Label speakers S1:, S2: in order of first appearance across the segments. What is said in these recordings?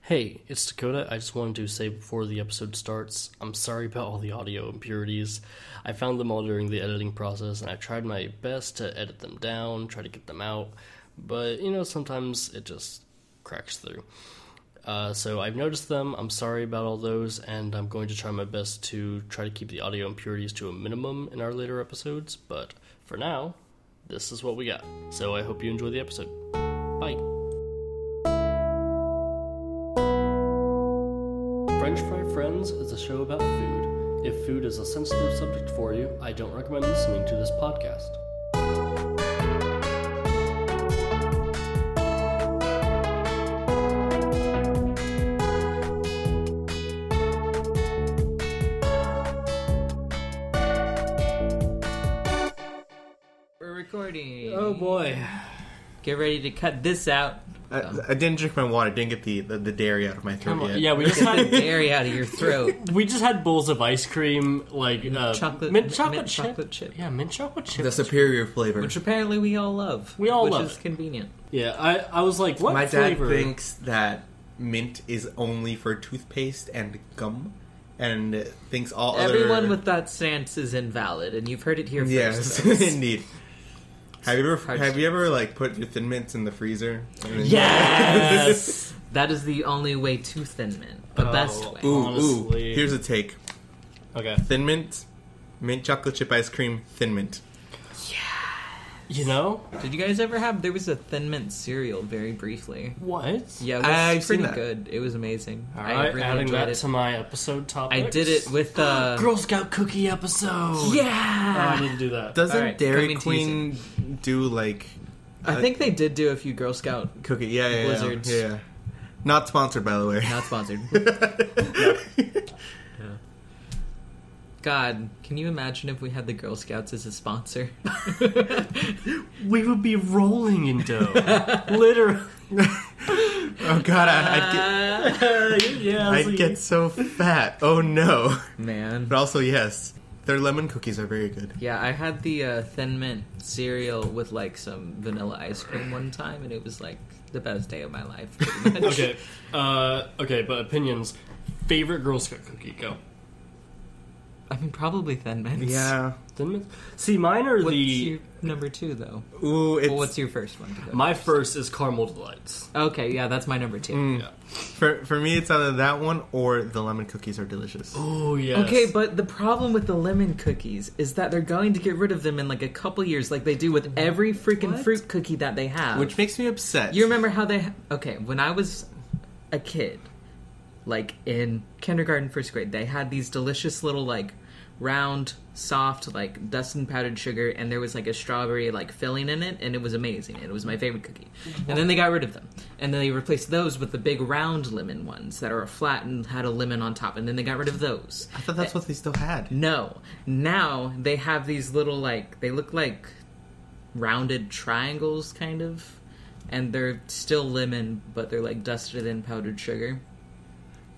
S1: Hey, it's Dakota. I just wanted to say before the episode starts, I'm sorry about all the audio impurities. I found them all during the editing process, and I tried my best to edit them down, try to get them out, but you know, sometimes it just cracks through. Uh, so I've noticed them. I'm sorry about all those, and I'm going to try my best to try to keep the audio impurities to a minimum in our later episodes, but for now, this is what we got. So I hope you enjoy the episode. Bye. French Fry Friends is a show about food. If food is a sensitive subject for you, I don't recommend listening to this podcast.
S2: We're recording.
S1: Oh boy.
S2: Get ready to cut this out.
S3: I, I didn't drink my water. Didn't get the, the, the dairy out of my throat yet.
S1: Yeah, we just
S2: Get the
S1: had
S2: dairy out of your throat.
S1: we just had bowls of ice cream, like uh,
S2: chocolate-
S1: mint chocolate
S2: mint
S1: chip.
S2: chocolate chip.
S1: Yeah, mint chocolate chip.
S3: The superior flavor.
S2: Which apparently we all love.
S1: We all
S2: which
S1: love
S2: is
S1: it.
S2: convenient.
S1: yeah, I, I was like, what
S3: my dad
S1: flavor?
S3: thinks that mint is only for toothpaste and gum, and thinks all
S2: Everyone
S3: other...
S2: with that stance is invalid, and you've heard it here
S3: yes,
S2: first. folks.
S3: indeed. Have you ever
S2: Hard
S3: have you ever like put your thin mints in the freezer? And then-
S2: Yes! that is the only way to Thin Mint. The
S1: Oh.
S2: best way.
S3: Ooh,
S1: Honestly.
S3: ooh. Here's a take:
S1: Okay,
S3: thin mint, mint chocolate chip ice cream, thin mint.
S1: you know
S2: Did you guys ever have... There was a Thin Mint cereal very briefly.
S1: what?
S2: Yeah, it was
S3: Ah,
S2: pretty
S3: I've seen that.
S2: good. It was amazing.
S1: All
S2: I
S1: right,
S2: really
S1: adding
S2: enjoyed
S1: that
S2: it.
S1: to my episode topic.
S2: I did it with... Uh,
S1: Girl Scout cookie episode. Oh, I
S2: yeah!
S1: need to do that.
S3: Doesn't
S2: All right,
S3: Dairy
S2: coming to you soon.
S3: Queen do like
S2: I think they did do a few Girl Scout...
S3: cookie? Yeah, yeah, yeah.
S2: Blizzards.
S3: yeah. Not sponsored, by the way.
S2: Not sponsored. God, can you imagine if we had the Girl Scouts as a sponsor?
S1: We would be rolling in dough, literally.
S3: Oh god, I, I'd get
S2: Uh,
S1: yeah,
S3: I'd get so fat. Oh no.
S2: man.
S3: But also yes, their lemon cookies are very good.
S2: Yeah, I had the uh, Thin Mint cereal with like some vanilla ice cream one time, and it was like the best day of my life. pretty much.
S1: okay. Uh, okay, but opinions. Favorite Girl Scout cookie? Go.
S2: I mean, probably Thin Mints.
S1: Thin Mints? See, mine are
S2: What's
S1: the.
S2: your number two, though?
S3: Ooh, it's
S2: Well, what's your first one? To go?
S1: My first is Caramel Delights.
S2: okay, yeah, that's my number two.
S3: Mm, for for me it's either that one or the lemon cookies are delicious.
S1: Oh, yes.
S2: Okay, but the problem with the lemon cookies is that they're going to get rid of them in like a couple years, like they do with every freaking
S3: Mm. What?
S2: fruit cookie that they have.
S3: Which makes me upset.
S2: you remember how they? Okay, when I was a kid, like in kindergarten, first grade, they had these delicious little like round, soft, like dust and powdered sugar, and there was like a strawberry like filling in it, and it was amazing. It was my favorite cookie. And then they got rid of them, and then they replaced those with the big round lemon ones that are flat and had a lemon on top, and then they got rid of those.
S3: I thought that's what they still had.
S2: No. Now they have these little like they look like rounded triangles kind of and they're still lemon but they're like dusted in powdered sugar.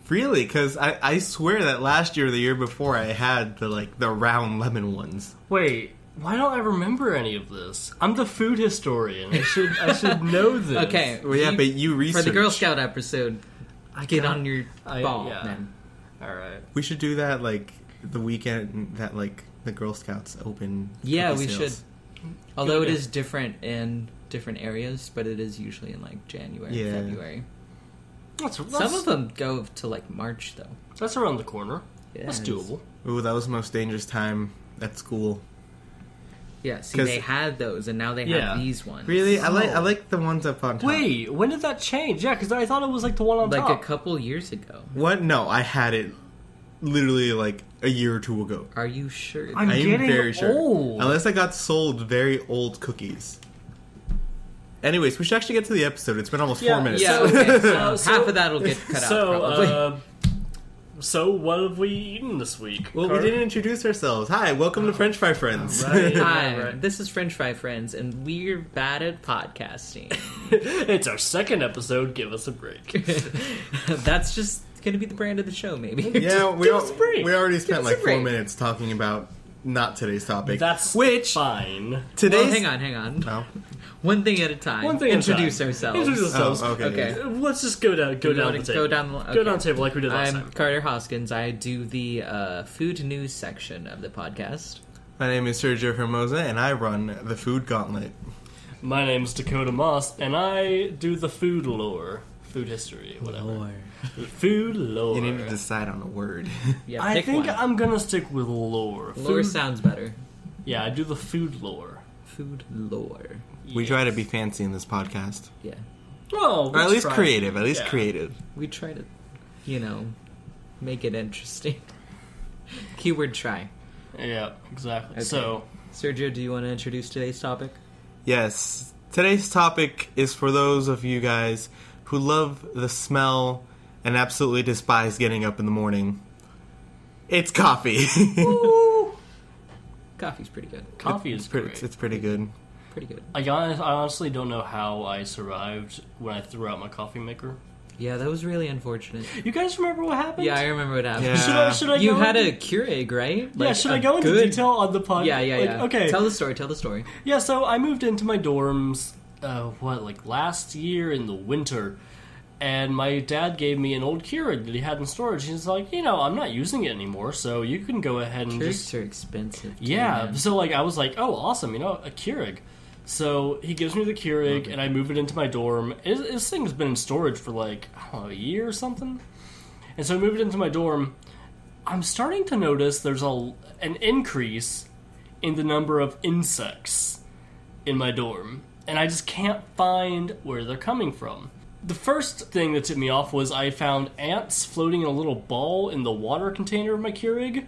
S3: Really? Because I, I swear that last year or the year before I had the like the round lemon ones.
S1: Wait, why don't I remember any of this? I'm the food historian. I should I should know this.
S2: Okay.
S3: Well, yeah,
S2: you-
S3: but you
S2: for
S3: research.
S2: the Girl Scout episode,
S1: I
S2: get
S1: got-
S2: on your
S1: I-
S2: ball,
S1: yeah.
S2: man.
S1: Alright.
S3: We should do that like the weekend that like the Girl Scouts open.
S2: Yeah,
S3: cookie
S2: we
S3: sales.
S2: should. Although it
S1: idea.
S2: is different in different areas, but it is usually in like January,
S3: Yeah.
S2: February.
S1: That's, that's,
S2: Some of them go to like March though.
S1: that's around the corner. That's
S2: Yes.
S1: doable.
S3: Ooh, that was the most dangerous time at school.
S2: Yeah, see
S3: 'Cause-
S2: they had those and now they
S1: Yeah.
S2: have these ones.
S3: Really, I like I like the ones up on top.
S1: Wait, when did that change? Yeah, because I thought it was like the one on
S2: Like
S1: top.
S2: a couple years ago.
S3: What? No, I had it literally like a year or two ago.
S2: Are you sure?
S1: I'm
S3: I am
S1: getting
S3: very sure.
S1: old.
S3: Unless I got sold very old cookies. Anyways, we should actually get to the episode. It's been almost
S1: Yeah,
S3: four minutes.
S2: yeah,
S1: So-
S2: okay, so,
S1: so-
S2: half of that'll get cut out.
S1: so,
S2: Probably.
S1: uh, so what have we eaten this week?
S3: Well, we
S1: Carter?
S3: didn't introduce ourselves. Hi, welcome to French Fry Friends.
S1: Right. Uh,
S2: Hi,
S1: right.
S2: this is French Fry Friends, and we're bad at podcasting.
S1: It's our second episode. Give us a break.
S2: That's just gonna be the brand of the show, maybe.
S3: yeah, we,
S1: give us
S3: al-
S1: a break.
S3: we already spent
S2: us a
S3: like four
S2: break.
S3: minutes talking about not today's topic.
S1: That's
S3: which
S1: fine.
S3: today's
S2: Well, hang on, hang on.
S3: No.
S2: One thing at a time.
S1: One thing at a
S2: Introduce
S1: time.
S2: ourselves.
S1: Introduce ourselves.
S3: Oh, okay.
S2: Okay.
S1: Let's just go down, go
S2: You
S1: down
S2: wanna
S1: the
S2: go
S1: table,
S2: down the-
S1: go
S2: okay.
S1: down the table like we did last
S2: I'm
S1: time.
S2: Carter Hoskins. I do the uh, food news section of the podcast.
S3: My name is Sergio Hermosa, and I run the Food Gauntlet.
S1: My name's Dakota Moss, and I do the food lore, food history, whatever. Food lore.
S3: You need to decide on a word.
S2: Yeah,
S1: I
S2: pick
S1: think
S2: one.
S1: I'm gonna stick with lore.
S2: lore
S1: Food-
S2: sounds better.
S1: yeah, I do the food lore.
S2: Food lore.
S3: We try to
S1: Yes.
S3: be fancy in this podcast,
S2: Yeah,
S1: well,
S3: or at
S1: let's
S3: least
S1: try.
S3: creative. At least
S1: Yeah.
S3: creative.
S2: we try to, you know, make it interesting. Keyword try.
S1: Yeah, exactly.
S2: Okay.
S1: So
S2: Sergio, do you want to introduce today's topic?
S3: Yes. Today's topic is for those of you guys who love the smell and absolutely despise getting up in the morning. It's coffee.
S2: Coffee's pretty good.
S1: coffee is
S3: it's pretty,
S1: great.
S3: It's pretty good.
S2: Pretty good.
S1: I, hon- I honestly don't know how I survived when I threw out my coffee maker.
S2: Yeah, that was really unfortunate.
S1: You guys remember what happened?
S2: Yeah, I remember what happened.
S3: Yeah.
S1: Should I? Should I
S2: You
S1: go
S2: had
S1: into-
S2: a Keurig, right?
S1: Yeah,
S2: Like,
S1: should
S2: a
S1: I go into
S2: good-
S1: detail on the pod?
S2: Yeah, yeah,
S1: like,
S2: yeah.
S1: Okay.
S2: Tell the story. Tell the story.
S1: Yeah, so I moved into my dorms, uh, what, like last year in the winter, and my dad gave me an old Keurig that he had in storage. He's like, you know, I'm not using it anymore, so you can go ahead and just.
S2: Keurigs are expensive. too,
S1: Yeah,
S2: man.
S1: so like I was like, oh, awesome, you know, a Keurig. So he gives me the Keurig, and I move it into my dorm. It, this thing's been in storage for like I don't know, a year or something, and so I move it into my dorm. I'm starting to notice there's a an increase in the number of insects in my dorm, and I just can't find where they're coming from. The first thing that tipped me off was I found ants floating in a little ball in the water container of my Keurig.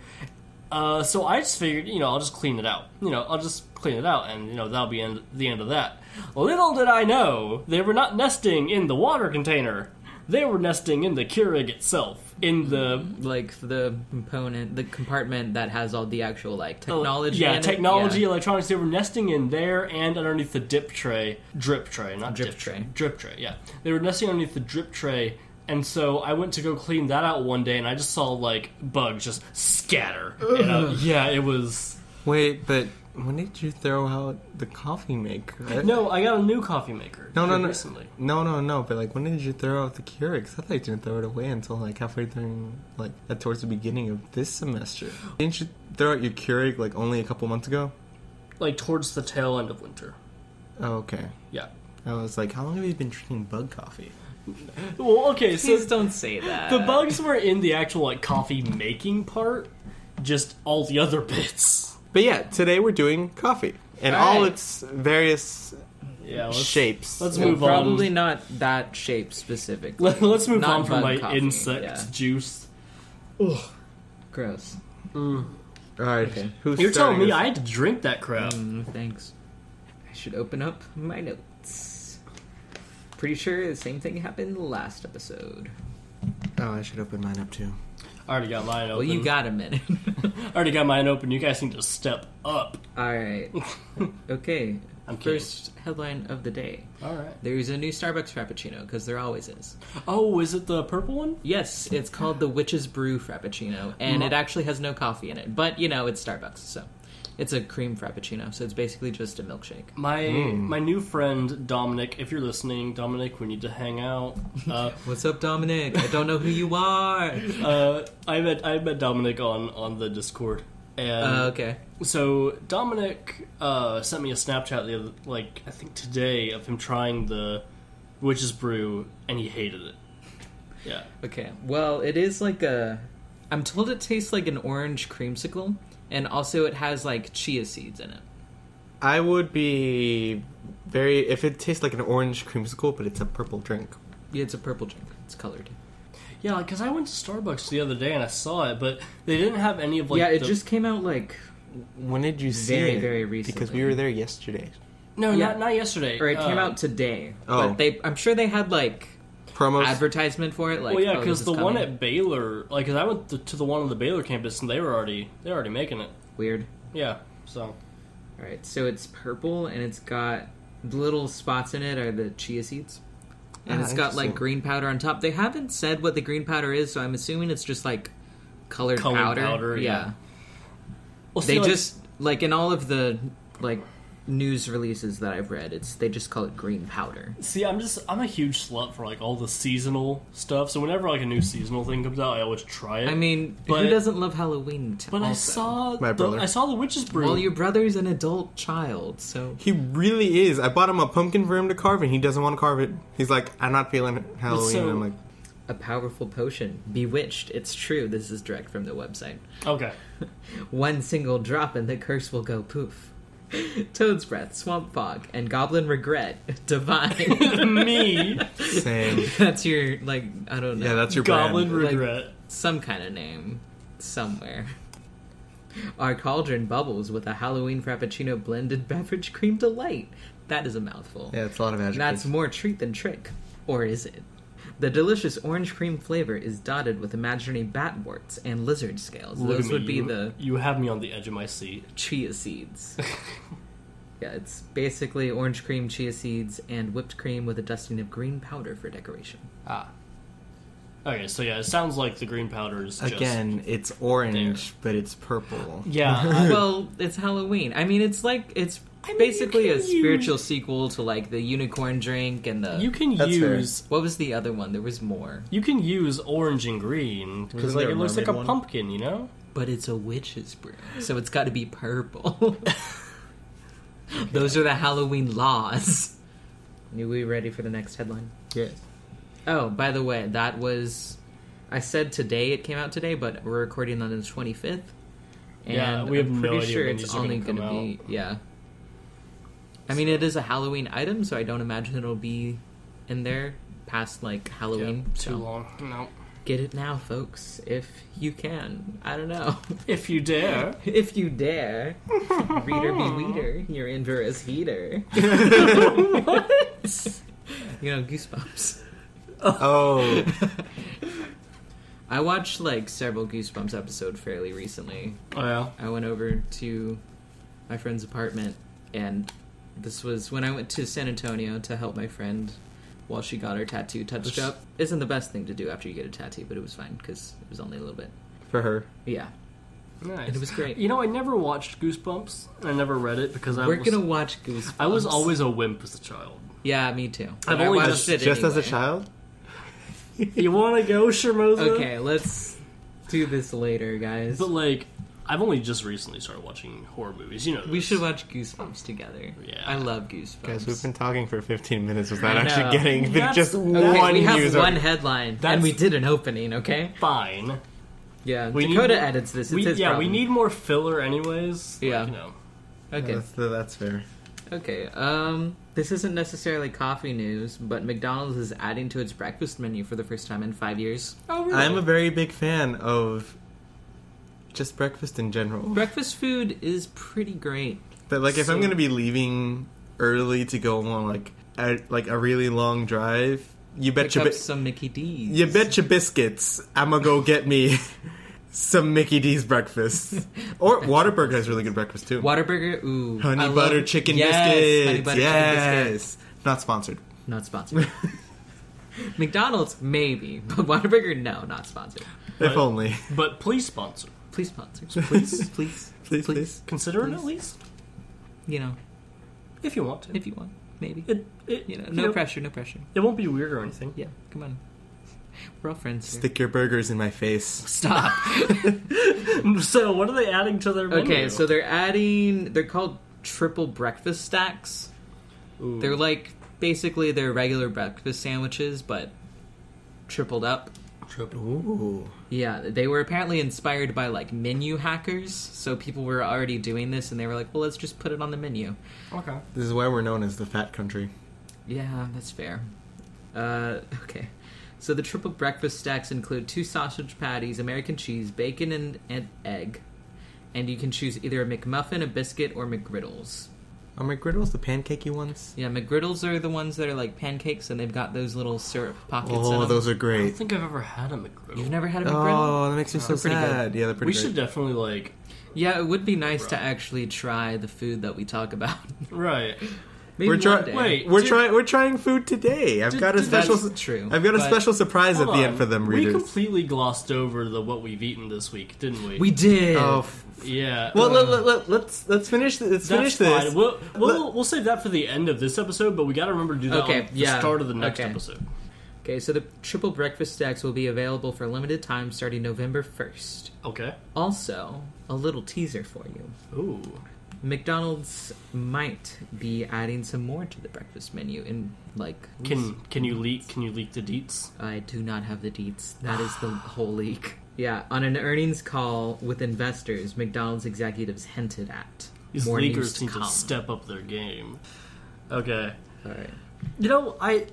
S1: Uh, so I just figured, you know, I'll just clean it out. You know, I'll just clean it out, and you know that'll be end, the end of that. Little did I know they were not nesting in the water container; they were nesting in the Keurig itself, in the
S2: like the component, the compartment that has all the actual like technology.
S1: Oh, yeah,
S2: in it.
S1: technology,
S2: Yeah.
S1: electronics. They were nesting in there and underneath the dip tray, drip tray, not
S2: Drip
S1: dip
S2: tray.
S1: drip tray. Yeah, they were nesting underneath the drip tray, and so I went to go clean that out one day, and I just saw like bugs just scatter. And, uh, yeah, it was.
S3: Wait, but when did you throw out the coffee
S2: Uh,
S3: maker?
S1: No, I got a new coffee maker.
S3: No, no, no.
S1: Recently.
S3: No, no, no. But like, when did you throw out the Keurig? 'Cause I thought you didn't throw it away until like halfway through, like uh, towards the beginning of this semester. Didn't you throw out your Keurig like only a couple months ago?
S1: like towards the tail end of winter.
S3: Oh, okay.
S1: Yeah.
S3: I was like, how long have you been drinking bug coffee?
S1: Well, okay, so
S2: Please don't say that.
S1: the bugs were in the actual like coffee making part, just all the other bits.
S3: But yeah, today we're doing coffee and
S2: All
S3: all
S2: right.
S3: its various
S1: Yeah. Let's,
S3: shapes.
S1: Let's
S2: Well,
S1: move
S2: probably
S1: on.
S2: not that shape specifically.
S1: Let, us move
S2: Not
S1: on from
S2: bug
S1: my
S2: coffee,
S1: insect
S2: yeah.
S1: juice.
S2: Gross.
S3: all right. Who's
S1: You're telling
S3: starting
S1: me
S3: us?
S1: I had to drink that crap.
S2: Mm, thanks. I should open up my notes. Pretty sure the same thing happened last episode.
S3: Oh, I should open mine up too.
S1: I already got mine open.
S2: Well, you got a minute.
S1: I already got mine open. You guys need to step up.
S2: All right. Okay.
S1: I'm kidding.
S2: First headline of the day.
S1: All right.
S2: There's a new Starbucks Frappuccino because there always is.
S1: Oh, is it the purple one?
S2: Yes, it's called the Witch's Brew Frappuccino, and it actually has no coffee in it. But you know, it's Starbucks, so it's a cream Frappuccino. So it's basically just a milkshake.
S1: My
S2: Mm.
S1: my new friend Dominic. If you're listening, Dominic, we need to hang out. Uh,
S2: What's up, Dominic? I don't know who you are.
S1: uh, I met I met Dominic on on the Discord, and
S2: Uh, okay.
S1: so Dominic uh, sent me a Snapchat the other, like I think today of him trying the witch's brew, and he hated it. Yeah,
S2: Okay. Well, it is like a. I'm told it tastes like an orange creamsicle, and also it has like chia seeds in it.
S3: I would be very if it tastes like an orange creamsicle, but it's a purple drink.
S2: Yeah, it's a purple drink. It's colored.
S1: yeah. Because I went to Starbucks the other day and I saw it, but they didn't have any of like.
S2: yeah, it
S1: the-
S2: just came out like.
S3: When did you see
S2: Very,
S3: it?
S2: very
S3: Because
S2: recently.
S3: we were there yesterday.
S1: no,
S2: yeah.
S1: not not yesterday.
S2: Or it came
S1: Uh,
S2: out today.
S3: Oh.
S2: But they, I'm sure they had like
S3: Promos.
S2: advertisement for it. Like,
S1: well, yeah,
S2: oh,
S1: because
S2: this
S1: the
S2: is
S1: one
S2: coming.
S1: at Baylor, like, 'cause I went to, to the one on the Baylor campus, and they were already they were already making it.
S2: weird.
S1: Yeah, so
S2: All right, so it's purple and it's got the little spots in it are the chia seeds, and
S3: Ah,
S2: it's got like
S3: interesting.
S2: green powder on top. They haven't said what the green powder is, so I'm assuming it's just like colored,
S1: Colored
S2: powder.
S1: powder, yeah. Well,
S2: they
S1: see, like-
S2: just like in all of the like news releases that I've read. It's they just call it green powder.
S1: See, I'm just I'm a huge slut for like all the seasonal stuff. So whenever like a new seasonal thing comes out, I always try it.
S2: I mean,
S1: But-
S2: who doesn't love Halloween? T-
S1: but I
S2: also?
S1: saw the,
S3: My brother.
S1: I saw the witch's brew.
S2: Well, your brother's an adult child, so
S3: He really is. I bought him a pumpkin for him to carve, and he doesn't want to carve it. He's like, I'm not feeling Halloween.
S1: so-
S3: I'm like,
S2: a powerful potion, bewitched. It's true. This is direct from the website.
S1: okay,
S2: One single drop and the curse will go poof. Toad's breath, swamp fog, and goblin regret, divine.
S1: me
S3: same.
S2: that's your like I don't know.
S3: Yeah, that's your
S1: goblin
S3: brand.
S2: Like-
S1: regret.
S2: some kind of name somewhere. Our cauldron bubbles with a Halloween frappuccino blended beverage cream delight. That is a mouthful.
S3: Yeah, it's a lot of adjectives.
S2: That's more treat than trick. Or is it? The delicious orange cream flavor is dotted with imaginary batworts and lizard scales.
S1: Look at
S2: Those
S1: me,
S2: would be
S1: you-
S2: the
S1: you have me on the edge of my seat.
S2: chia seeds. yeah, it's basically orange cream, chia seeds, and whipped cream with a dusting of green powder for decoration.
S1: Ah. Okay, so yeah, it sounds like the green powder is just-
S3: Again, it's orange, but it's purple.
S1: Yeah, I-
S2: uh, well, it's Halloween. I mean, it's like it's
S1: mean,
S2: basically
S1: you
S2: a
S1: can
S2: spiritual sequel to like the unicorn drink and the.
S1: you can
S3: That's fair.
S1: use
S2: what was the other one? There was more,
S1: you can use orange and green because
S3: Wasn't
S1: like
S3: there
S1: it
S3: a
S1: looks like
S3: mermaid
S1: a
S3: one?
S1: pumpkin, you know.
S2: but it's a witch's brew, so it's got to be purple. Those are the Halloween laws. Are we ready for the next headline?
S3: Yes.
S2: Oh, by the way, that was. I said today it came out today, but we're recording on the 25th. And
S1: Yeah, we have no
S2: I'm pretty
S1: idea
S2: sure
S1: when
S2: it's
S1: these are gonna
S2: only going to
S1: come
S2: be. Yeah. I mean, it is a Halloween item, so I don't imagine it'll be in there past like Halloween. so
S1: Too long. No.
S2: Get it now, folks, if you can. I don't know.
S1: If you dare.
S2: if you dare. Reader be weeder, your inverse heater.
S1: Oh,
S2: what? You know, goosebumps.
S3: Oh,
S2: I watched like several Goosebumps episodes fairly recently.
S1: Oh yeah.
S2: I went over to my friend's apartment, and this was when I went to San Antonio to help my friend while she got her tattoo touched up. Isn't the best thing to do after you get a tattoo, but it was fine because it was only a little bit.
S3: for her.
S2: Yeah,
S1: Nice.
S2: It was great.
S1: You know, I never watched Goosebumps. I never read it because I
S2: we're
S1: was
S2: gonna watch Goosebumps.
S1: I was always a wimp as a child.
S2: yeah, me too. But I
S1: always
S2: watched
S1: just-
S2: it
S3: Just as a
S2: anyway.
S3: child?
S1: You want to go, Shimoza?
S2: Okay, let's do this later, guys.
S1: But like, I've only just recently started watching horror movies. You know,
S2: We
S1: this.
S2: should watch Goosebumps together.
S1: Yeah.
S2: I love Goosebumps.
S3: Guys, we've been talking for 15 minutes without
S2: I know.
S3: actually getting the-
S1: That's-
S3: just
S1: okay,
S3: one
S2: we have
S3: news.
S2: one
S3: article.
S2: headline,
S1: That's-
S2: and we did an opening. Okay.
S1: fine.
S2: Yeah,
S1: We need
S2: Dakota
S1: more-
S2: edits this. It's
S1: We,
S2: his
S1: yeah,
S2: problem.
S1: we need more filler, anyways. Like,
S2: Yeah.
S1: you know.
S2: Okay,
S3: That's, that's fair.
S2: okay. Um, this isn't necessarily coffee news, but McDonald's is adding to its breakfast menu for the first time in five years.
S1: Oh, really?
S3: I'm a very big fan of just breakfast in general.
S2: Breakfast food is pretty great.
S3: But like, if
S1: So-
S3: I'm gonna be leaving early to go on like a, like a really long drive, you bet
S2: Pick
S3: your
S2: up
S3: bi-
S2: some Mickey D's.
S3: you bet your biscuits, I'm gonna go get me some Mickey D's breakfast. or Waterburger has really good breakfast too.
S2: Waterburger, ooh,
S3: honey
S2: I love-
S3: butter chicken
S2: yes,
S3: biscuits.
S2: Honey butter
S3: yes,
S2: chicken biscuits.
S3: not sponsored.
S2: Not sponsored. McDonald's maybe, but Waterburger, no, not sponsored.
S1: Right.
S3: If only,
S1: But please sponsor.
S2: Please sponsor, please, please,
S3: please, please.
S1: Consider it
S2: Please.
S1: at least
S2: You know,
S1: if you want to.
S2: if you want, maybe.
S1: it, it,
S2: Uh, You know, no pressure, no pressure.
S1: It won't be weird or anything.
S2: Yeah, come on. We're all friends. here.
S3: Stick your burgers in my face.
S2: Stop.
S1: So, what are they adding to their menu?
S2: okay, so they're adding. They're called triple breakfast stacks.
S1: Ooh.
S2: They're like basically their regular breakfast sandwiches, but tripled up.
S3: Ooh,
S2: Yeah, they were apparently inspired by like menu hackers. So people were already doing this, and they were like, "Well, let's just put it on the menu."
S1: okay.
S3: this is why we're known as the fat country.
S2: Yeah, that's fair. Uh, okay. So the triple breakfast stacks include two sausage patties, American cheese, bacon, and an egg. And you can choose either a McMuffin, a biscuit, or McGriddles.
S3: Are McGriddles the pancakey ones?
S2: Yeah, McGriddles are the ones that are like pancakes, and they've got those little syrup pockets in
S3: Oh,
S2: them.
S3: those are
S1: I don't
S3: great.
S1: think I've ever had a McGriddle.
S2: You've never had a McGriddle?
S3: Oh, that makes me so
S2: They're pretty good.
S3: sad. Yeah, they're pretty
S1: we
S3: great.
S1: should definitely like
S2: Yeah, it would be nice to
S1: Right.
S2: actually try the food that we talk about.
S1: right.
S2: Maybe
S3: we're
S2: one
S3: trying.
S2: day.
S1: Wait,
S3: we're
S1: did-
S3: trying. We're trying food today. I've
S1: Did-
S3: got a
S1: did-
S3: special.
S2: that's true,
S3: I've got a
S2: but-
S3: special surprise at
S1: Hold
S3: the
S1: on.
S3: end for them,
S1: We
S3: readers.
S1: completely glossed over the what we've eaten this week, didn't we?
S2: We did.
S3: oh, f-
S1: yeah.
S3: well, let, let, let, let's let's finish. th- Let's
S1: That's
S3: finish
S1: fine.
S3: this.
S1: We'll, we'll, we'll save that for the end of this episode, but we got to remember to do that
S2: Okay,
S1: on the
S2: yeah,
S1: start of the next
S2: okay.
S1: episode.
S2: Okay, so the triple breakfast stacks will be available for limited time starting November 1st.
S1: Okay.
S2: Also, a little teaser for you.
S1: Ooh.
S2: McDonald's might be adding some more to the breakfast menu in like
S1: Can can you leak? Can you leak the deets?
S2: I do not have the deets. That is the whole leak. Yeah, on an earnings call with investors, McDonald's executives hinted at
S1: These
S2: more news
S1: leakers
S2: to
S1: need
S2: come.
S1: to step up their game. Okay.
S2: All right.
S1: You know, I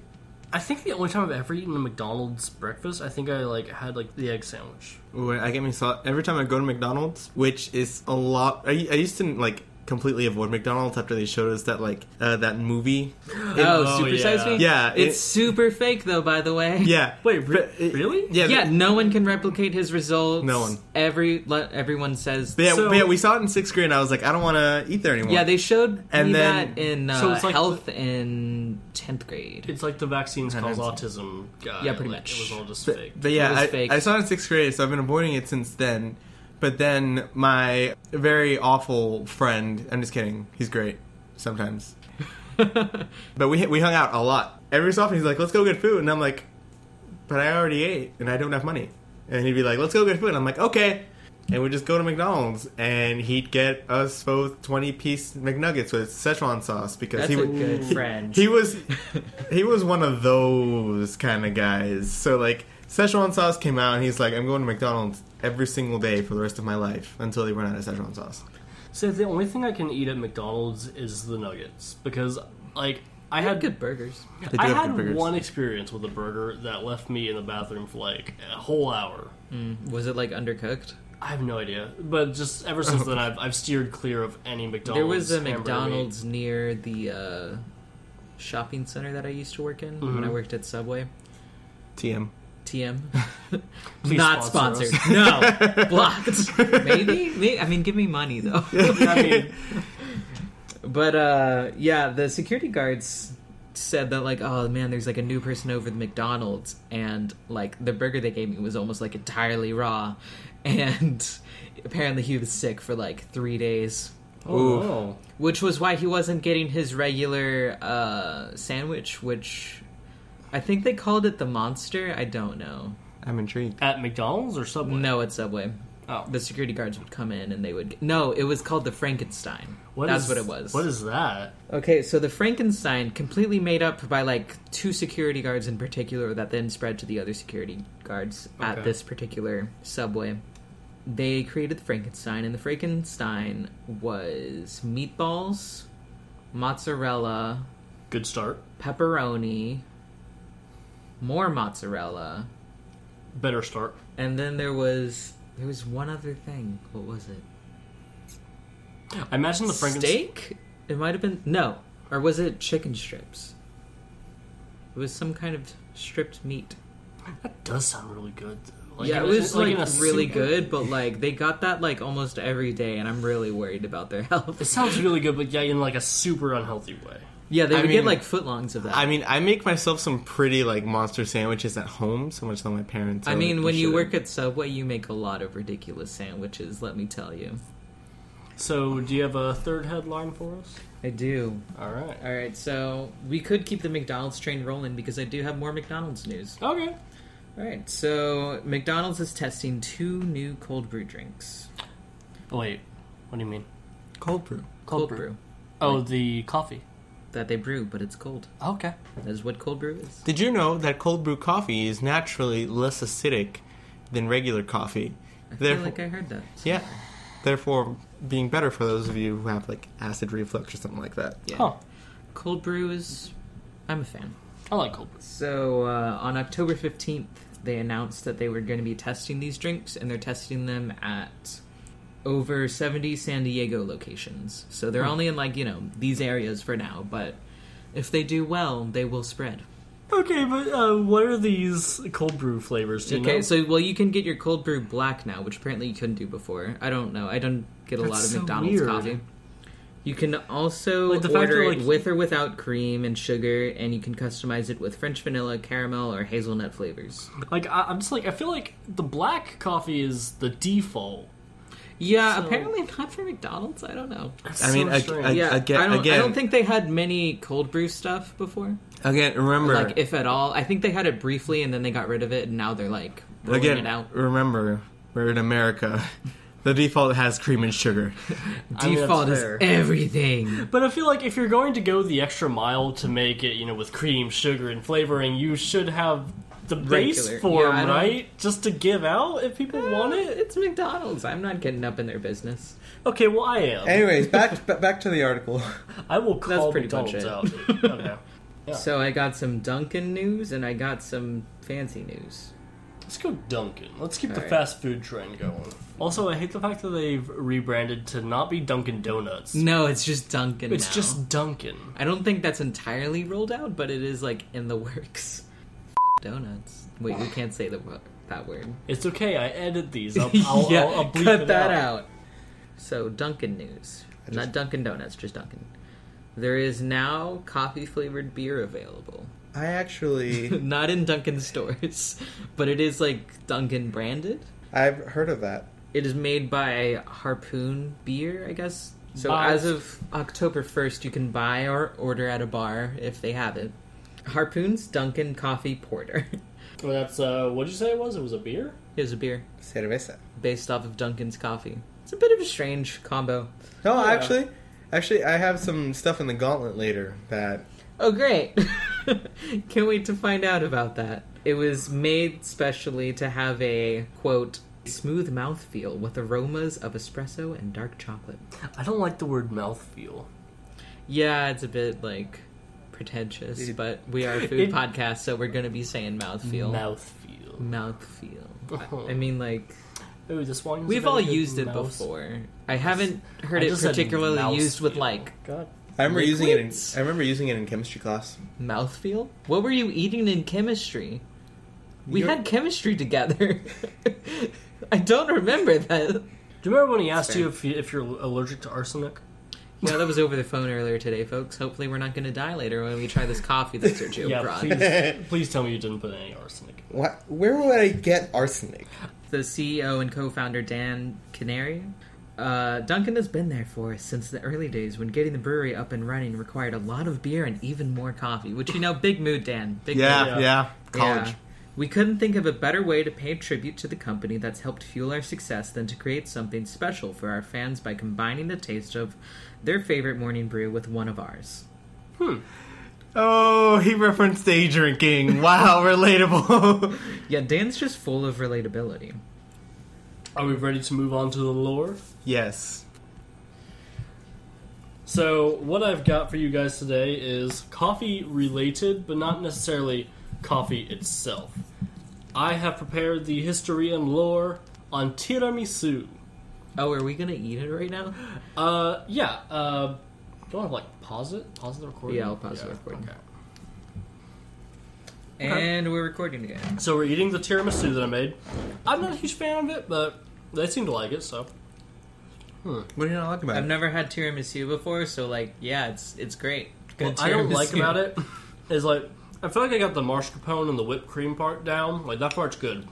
S1: I think the only time I've ever eaten a McDonald's breakfast, I think I like had like the egg sandwich.
S3: Wait, I get me saw every time I go to McDonald's, which is a lot. I, I used to like completely avoid McDonald's after they showed us that like uh, that movie.
S2: oh,
S1: Oh,
S2: Super Size
S1: yeah.
S2: Me?
S3: Yeah,
S2: It's
S3: it-
S2: super fake, though, by the way.
S3: Yeah.
S1: Wait, re-
S3: But it-
S1: really?
S3: Yeah.
S2: Yeah,
S3: th-
S2: no one can replicate his results.
S3: No one.
S2: Every le- everyone says.
S3: but yeah,
S1: So-
S3: but yeah, we saw it in sixth grade. and I was like, I don't want to eat there anymore.
S2: Yeah, they showed
S3: And
S2: me
S3: then-
S2: that in uh,
S1: So it's like
S2: health in tenth grade.
S1: It's like the vaccines cause
S3: that's-
S1: autism guy.
S2: Yeah, pretty
S1: like,
S2: much.
S1: It was all just
S3: But,
S1: fake.
S3: but yeah,
S2: was
S3: I,
S2: fake.
S3: I saw it in sixth grade, so I've been avoiding it since then. But then my very awful friend, I'm just kidding, he's great sometimes. but we we hung out a lot. Every so often he's like, let's go get food. And I'm like, but I already ate and I don't have money. And he'd be like, let's go get food. And I'm like, okay. And we'd just go to McDonald's and he'd get us both 20 piece McNuggets with Szechuan sauce because
S2: That's
S3: he
S2: a
S3: would.
S2: good friend.
S3: He was he was one of those kind of guys. So like Szechuan sauce came out and he's like, I'm going to McDonald's every single day for the rest of my life until they run out of Szechuan sauce.
S1: So the only thing I can eat at McDonald's is the nuggets because like I
S2: had
S1: had
S2: good burgers.
S3: They do
S1: I
S3: have good burgers.
S1: had one experience with a burger that left me in the bathroom for like a whole hour.
S2: Was it like undercooked?
S1: I have no idea, but just ever since then, I've, I've steered clear of any McDonald's.
S2: there was a
S1: hamburger meat.
S2: McDonald's near the uh, shopping center that I used to work in when I
S1: Mm-hmm.
S2: worked at Subway.
S3: TM.
S2: TM.
S1: Please
S2: Not
S1: sponsor us.
S2: sponsored. No. Blocked. Maybe? Maybe. I mean, give me money though.
S1: I mean,
S2: But uh yeah, the security guards said that like, oh man, there's like a new person over the McDonald's and like the burger they gave me was almost like entirely raw and apparently he was sick for like 3 days,
S1: oh,
S3: Oof.
S1: no.
S2: which was why he wasn't getting his regular uh sandwich which I think they called it the monster, I don't know.
S3: I'm intrigued.
S1: at McDonald's or Subway.
S2: No, it's Subway.
S1: Oh.
S2: The security guards would come in and they would No, it was called the Frankenstein.
S1: What
S2: That's
S1: is-
S2: what it was.
S1: What is that?
S2: Okay, so the Frankenstein, completely made up by like two security guards in particular, that then spread to the other security guards at
S1: Okay.
S2: this particular subway. They created the Frankenstein, and the Frankenstein was meatballs, mozzarella,
S1: Good start.
S2: pepperoni, more mozzarella,
S1: Better start.
S2: and then there was there was one other thing. What was it?
S1: I imagine the Frankenstein.
S2: Steak? It might have been no, or was it chicken strips? It was some kind of stripped meat.
S1: That does sound really good. though. Like,
S2: yeah, it
S1: in a-
S2: was like,
S1: in a
S2: really
S1: soup.
S2: good, but like they got that like almost every day, and I'm really worried about their
S1: It
S2: health.
S1: sounds really good, but yeah, in like a super unhealthy way.
S2: Yeah, they
S3: I
S2: would
S3: mean-
S2: get like footlongs of that.
S3: I mean, I make myself some pretty like monster sandwiches at home, so much so my parents.
S2: I
S3: are
S2: mean,
S3: like,
S2: when you
S3: shouldn't.
S2: work at Subway, you make a lot of ridiculous sandwiches. Let me tell you,
S1: So, do you have a third headline for us?
S2: I do.
S1: All right.
S2: All right, so we could keep the McDonald's train rolling because I do have more McDonald's news.
S1: Okay.
S2: All right, so McDonald's is testing two new cold brew drinks.
S1: Wait. What do you mean?
S3: cold brew,
S2: Cold, brew
S1: Oh, the coffee.
S2: that they brew, but it's cold.
S1: Okay.
S2: That is what cold brew is.
S3: did you know that cold brew coffee is naturally less acidic than regular coffee?
S2: I feel
S3: Therefore,
S2: like I heard that.
S3: yeah, therefore being better for those of you who have like acid reflux or something like that.
S2: Yeah.
S1: Huh.
S2: Cold brew is. I'm a fan.
S1: I like cold brew.
S2: So uh, on October 15th, they announced that they were going to be testing these drinks, and they're testing them at over 70 San Diego locations. So they're only in, like, you know, these areas for now, but if they do well, they will spread.
S1: Okay, but uh, what are these cold brew flavors? Do you
S2: okay,
S1: know?
S2: so, well, you can get your cold brew black now, which apparently you couldn't do before. I don't know. I don't get a
S1: That's
S2: lot of
S1: so
S2: McDonald's
S1: weird.
S2: coffee. You can also
S1: Like, the fact
S2: order
S1: that,
S2: it
S1: like,
S2: with or without cream and sugar, and you can customize it with French vanilla, caramel, or hazelnut flavors.
S1: Like I, I'm just like I feel like the black coffee is the default.
S2: Yeah,
S1: So-
S2: apparently not for McDonald's. I don't know.
S1: That's
S3: I mean,
S1: so
S3: I-
S1: strange.
S3: I-
S2: Yeah,
S3: aga-
S2: I, don't, I
S3: again-
S2: don't think they had many cold brew stuff before.
S3: Again, remember.
S2: Like, if at all, I think they had it briefly, and then they got rid of it, and now they're like rolling
S3: again,
S2: it out.
S3: remember, we're in America. The default has cream and sugar.
S1: I mean, that's
S2: Default is
S1: fair.
S2: everything.
S1: But I feel like if you're going to go the extra mile to make it, you know, with cream, sugar, and flavoring, you should have the
S2: Regular.
S1: base form,
S2: Yeah, I don't-
S1: right? Just to give out if people want it.
S2: It's McDonald's. I'm not getting up in their business.
S1: Okay, well I am.
S3: Anyways, back back to the article.
S1: I will call
S2: pretty much
S1: McDonald's out. okay, Yeah.
S2: So I got some Dunkin' news, and I got some fancy news.
S1: let's go Dunkin'. Let's keep the
S2: Alright.
S1: fast food trend going. Also, I hate the fact that they've rebranded to not be Dunkin' Donuts.
S2: No, it's just Dunkin'.
S1: It's
S2: now.
S1: just Dunkin'.
S2: I don't think that's entirely rolled out, but it is like in the works. F- donuts. Wait, we can't say the wo- that word.
S1: It's okay. I edit these. I'll, I'll,
S2: yeah,
S1: I'll, I'll bleep
S2: cut
S1: it
S2: that
S1: out.
S2: out. So Dunkin' news, not Dunkin' Donuts, just Dunkin'. There is now coffee flavored beer available.
S3: I actually,
S2: not in Dunkin' stores, but it is like Dunkin' branded.
S3: I've heard of that.
S2: It is made by Harpoon Beer, I guess. So
S1: Bars.
S2: as of October 1st, you can buy or order at a bar if they have it. Harpoon's Dunkin' Coffee Porter.
S1: Well, that's uh, what'd you say it was? It was a beer.
S2: Here's a beer
S3: Cerveza.
S2: based off of Dunkin's coffee. It's a bit of a strange combo.
S3: No,
S1: Yeah.
S3: actually, actually, I have some stuff in the gauntlet later that
S2: Oh, great! Can't wait to find out about that. It was made specially to have a quote smooth mouthfeel with aromas of espresso and dark chocolate.
S1: I don't like the word mouthfeel.
S2: Yeah, it's a bit like pretentious,
S3: It-
S2: but we are a food
S1: it-
S2: podcast, so we're gonna be saying mouthfeel.
S1: Mouthfeel.
S2: Mouthfeel. I- I mean, like
S1: Ooh, this one.
S2: we've all used it before. I haven't heard it particularly used with like
S1: God.
S3: I remember using it. In,
S2: Liquids.
S3: I remember using it in chemistry class.
S2: mouthfeel. What were you eating in chemistry? We
S3: You're-
S2: had chemistry together. I don't remember that.
S1: Do you remember when he asked
S3: fair.
S1: you if, you if you're allergic to arsenic?
S2: Yeah, that was over the phone earlier today, folks. Hopefully, we're not going to die later when we try this coffee that Sergio
S1: yeah,
S2: brought.
S1: please, please tell me you didn't put any arsenic.
S3: What? Where would I get arsenic?
S2: the CEO and co-founder Dan Canary. Uh, Duncan has been there for us since the early days when getting the brewery up and running required a lot of beer and even more coffee, which you know, big mood, Dan. Big mood.
S3: Yeah, yeah.
S1: Yeah.
S3: College.
S2: Yeah. We couldn't think of a better way to pay tribute to the company that's helped fuel our success than to create something special for our fans by combining the taste of their favorite morning brew with one of ours. Hmm.
S3: Oh, he referenced day drinking. Wow, relatable.
S2: Yeah, Dan's just full of relatability.
S1: Are we ready to move on to the lore?
S3: yes.
S1: So, what I've got for you guys today is coffee related, but not necessarily coffee itself. I have prepared the history and lore on tiramisu.
S2: Oh, are we gonna eat it right now?
S1: Uh, yeah. Uh, do you want to like pause it? Pause the recording.
S2: Yeah, I'll pause the recording.
S1: Okay.
S2: And we're recording again.
S1: So we're eating the tiramisu that I made. I'm not a huge fan of it, but they seem to like it. So
S3: What do you not like about
S2: I've
S3: it?
S2: never had tiramisu before, so like, yeah, it's it's great. Good
S1: what I don't
S2: tiramisu.
S1: like about it is like I feel like I got the mascarpone and the whipped cream part down. Like that part's good.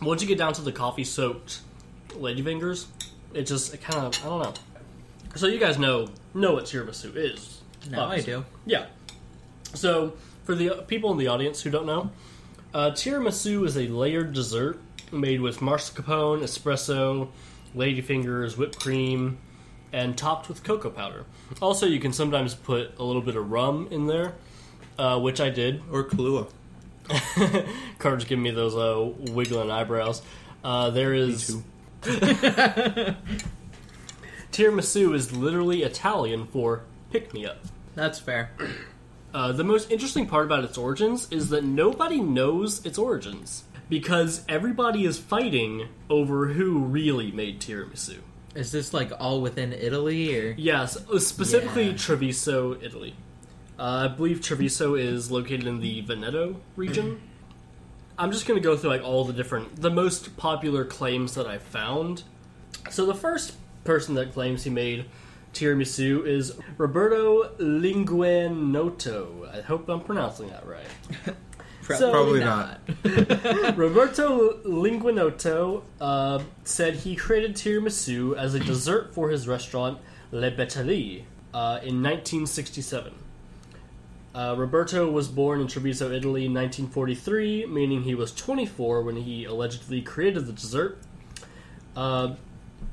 S1: Once you get down to the coffee soaked ladyfingers, it just it kind of I don't know. So you guys know know what tiramisu is.
S2: No, I
S1: obviously.
S2: do.
S1: Yeah. So, for the uh, people in the audience who don't know, uh, tiramisu is a layered dessert made with mascarpone, espresso, ladyfingers, whipped cream, and topped with cocoa powder. Also, you can sometimes put a little bit of rum in there, uh, which I did.
S3: Or Kahlua.
S1: Carter's giving me those uh, wiggling eyebrows. Uh, there is.
S3: too.
S1: tiramisu is literally Italian for pick me up.
S2: That's fair.
S1: Uh, the most interesting part about its origins is that nobody knows its origins because everybody is fighting over who really made tiramisu.
S2: Is this like all within Italy or?
S1: Yes, uh, specifically
S2: Yeah.
S1: Treviso, Italy. Uh, I believe Treviso is located in the Veneto region. I'm just going to go through like all the different, the most popular claims that I found. So the first person that claims he made tiramisu is Roberto Linguinotto. I hope I'm pronouncing that right. So-
S3: Probably not.
S1: Roberto Linguinotto uh, said he created tiramisu as a dessert for his restaurant Le Betterie uh, in 1967. Uh, Roberto was born in Treviso, Italy in 1943, meaning he was 24 when he allegedly created the dessert. Uh,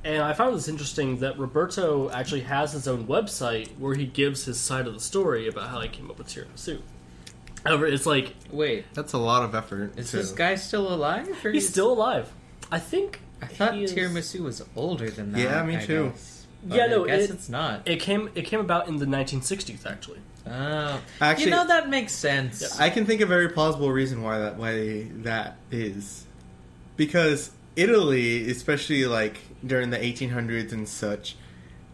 S1: and I found this interesting that Roberto actually has his own website where he gives his side of the story about how he came up with tiramisu. However, it's like
S2: Wait,
S3: That's a lot of effort.
S2: is
S3: to-
S2: this guy still alive? or
S1: He's still alive. I think.
S2: I thought
S1: he is-
S2: tiramisu was older than that.
S3: Yeah, me
S2: I
S3: too.
S2: guess.
S1: Yeah,
S2: But
S1: no,
S2: I guess
S1: it-
S2: it's not.
S1: It came. It came about in the 1960s, actually.
S2: Oh,
S3: Actually-
S2: you know that makes sense.
S3: I can think of a very plausible reason why that why that is, because Italy, especially like during the 1800s and such,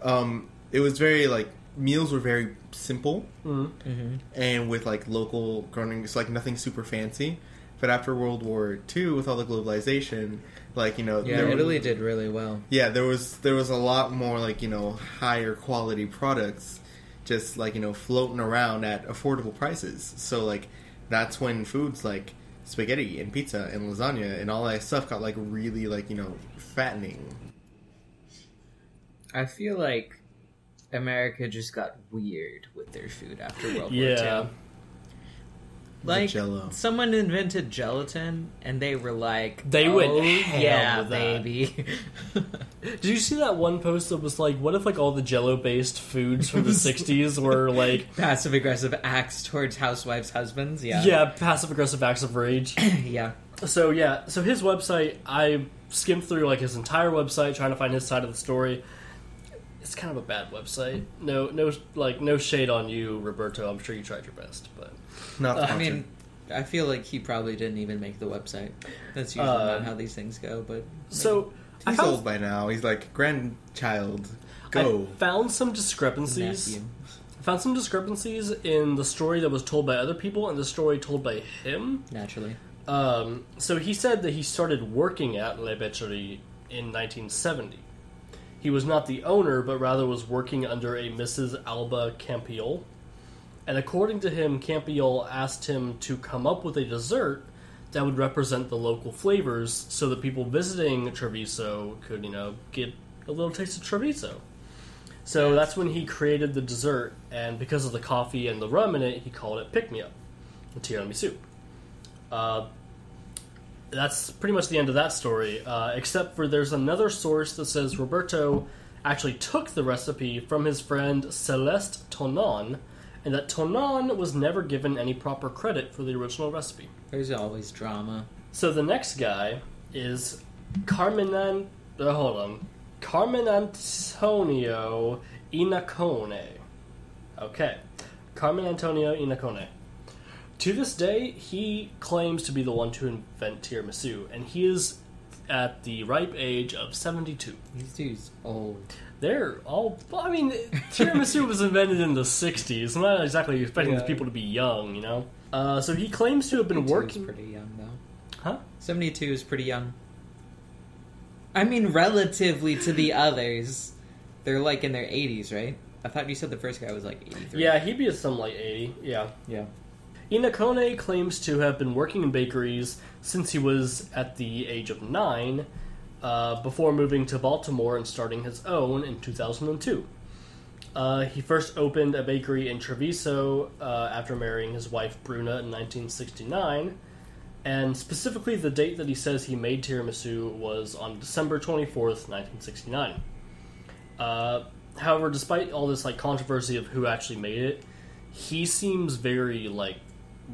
S3: um, it was very like meals were very simple
S2: Hmm. Mm-hmm.
S3: and with like local grown it's like nothing super fancy. But after World War II, with all the globalization, like you know,
S2: yeah,
S3: there were-
S2: Italy did really well.
S3: yeah, there was there was a lot more like you know higher quality products, just like you know floating around at affordable prices. So like that's when foods like spaghetti and pizza and lasagna and all that stuff got like really like you know fattening.
S2: I feel like America just got weird with their food after World War
S1: Yeah.
S2: II. Like uh,
S3: Jello.
S2: someone invented gelatin, and they were like,
S1: They
S2: oh,
S1: went ham
S2: yeah,
S1: with that."
S2: baby."
S1: Did you see that one post that was like, "What if like all the Jello-based foods from the 60s were like,
S2: Passive aggressive acts towards housewives' husbands. Yeah,
S1: yeah, passive-aggressive acts of rage"?
S2: yeah.
S1: So yeah, so his website, I skimmed through like his entire website trying to find his side of the story. It's kind of a bad website. No, no, like no shade on you, Roberto. I'm sure you tried your best, but
S3: Not
S2: I
S3: sponsored.
S2: mean, I feel like he probably didn't even make the website. That's usually
S1: Uh,
S2: not how these things go, but
S1: so I
S3: he's
S1: found-
S3: old by now. He's like grandchild.
S1: I
S3: Go.
S1: found some discrepancies.
S2: nephew.
S1: found some discrepancies in the story that was told by other people and the story told by him.
S2: naturally.
S1: Um, so he said that he started working at Le Becherie in 1970. He was not the owner, but rather was working under a Mrs. Alba Campiol. And according to him, Campiol asked him to come up with a dessert that would represent the local flavors so that people visiting Treviso could, you know, get a little taste of Treviso. So that's when he created the dessert, and because of the coffee and the rum in it, he called it Pick Me Up, the tiramisu. Uh, that's pretty much the end of that story, uh, except for there's another source that says Roberto actually took the recipe from his friend Celeste Tonon, and that Tonon was never given any proper credit for the original recipe.
S2: There's always drama.
S1: So the next guy is Carmenan. Uh, hold on, Carmen Antonio Inacone. Okay, Carmen Antonio Inacone. To this day, he claims to be the one to invent tiramisu, and he is at the ripe age of seventy-two.
S2: These dudes old.
S1: They're all. well, I mean, tiramisu was invented in the 60s. I'm not exactly expecting
S2: Yeah.
S1: these people to be young, you know? Uh, so he claims to have been
S2: 72 is
S1: working.
S2: pretty young though.
S1: Huh?
S2: Seventy-two is pretty young. I mean, relatively to the others, they're like in their eighties, right? I thought you said the first guy was like eighty-three.
S1: Yeah, he'd be some like 80. Yeah.
S2: yeah.
S1: Inakone claims to have been working in bakeries since he was at the age of nine, uh, before moving to Baltimore and starting his own in 2002. Uh, he first opened a bakery in Treviso uh, after marrying his wife Bruna in 1969, and specifically the date that he says he made tiramisu was on December 24th, 1969. Uh, however, despite all this like controversy of who actually made it, he seems very like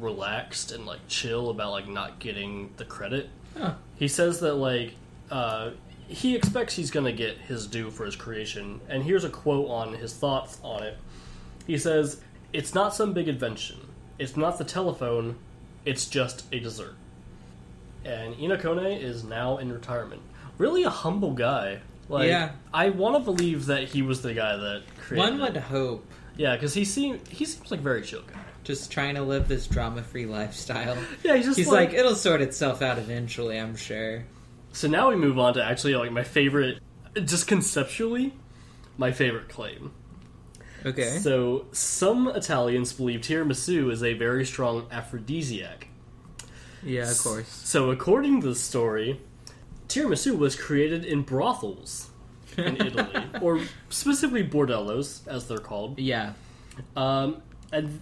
S1: relaxed and like chill about like not getting the credit.
S2: Huh.
S1: He says that like uh, he expects he's gonna get his due for his creation, and here's a quote on his thoughts on it. He says, "It's not some big invention. It's not the telephone. It's just a dessert." And Inokone is now in retirement. Really a humble guy. Like
S2: Yeah.
S1: I want to believe that he was the guy that created.
S2: One
S1: it.
S2: would hope
S1: Yeah, because he seems he seems like a very chill guy.
S2: just trying to live this drama-free lifestyle.
S1: Yeah, he's just
S2: He's
S1: like,
S2: like, it'll sort itself out eventually, I'm sure.
S1: So now we move on to actually like my favorite, just conceptually, my favorite claim.
S2: Okay.
S1: So some Italians believe tiramisu is a very strong aphrodisiac.
S2: yeah, of course.
S1: So according to the story, tiramisu was created in brothels in Italy, or specifically bordellos, as they're called.
S2: Yeah.
S1: Um, and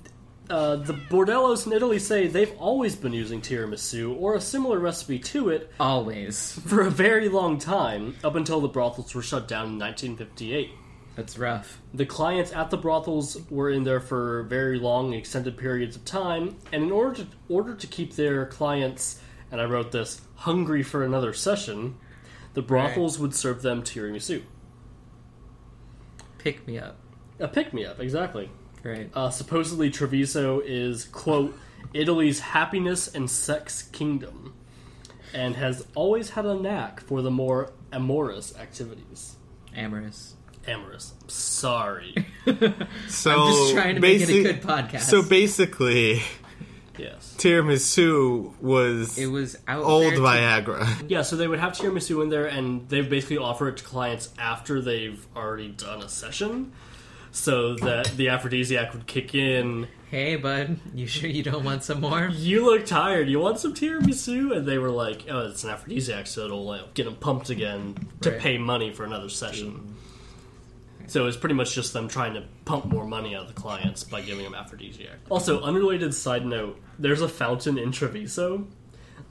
S1: uh, the bordellos in Italy say they've always been using tiramisu or a similar recipe to it
S2: Always.
S1: for a very long time, up until the brothels were shut down in 1958.
S2: That's rough.
S1: The clients at the brothels were in there for very long, extended periods of time, and in order to, order to keep their clients, and I wrote this, hungry for another session, the brothels would serve them tiramisu.
S2: Pick me up.
S1: A pick me up, exactly.
S2: Right.
S1: Uh, supposedly, Treviso is, quote, Italy's happiness and sex kingdom, and has always had a knack for the more amorous activities.
S2: Amorous.
S1: Amorous. I'm sorry.
S3: So
S2: I'm just trying to make it a good podcast.
S3: So basically,
S1: yes.
S3: tiramisu was
S2: it was out
S3: old
S2: there to-
S3: Viagra.
S1: Yeah, so they would have tiramisu in there, and they basically offer it to clients after they've already done a session, so that the aphrodisiac would kick in.
S2: Hey, bud, you sure you don't want some more?
S1: You look tired. You want some tiramisu? And they were like, "Oh, it's an aphrodisiac, so it'll like, get them pumped again to
S2: Right.
S1: pay money for another session." So it's pretty much just them trying to pump more money out of the clients by giving them aphrodisiac. Also, unrelated side note: there's a fountain in Treviso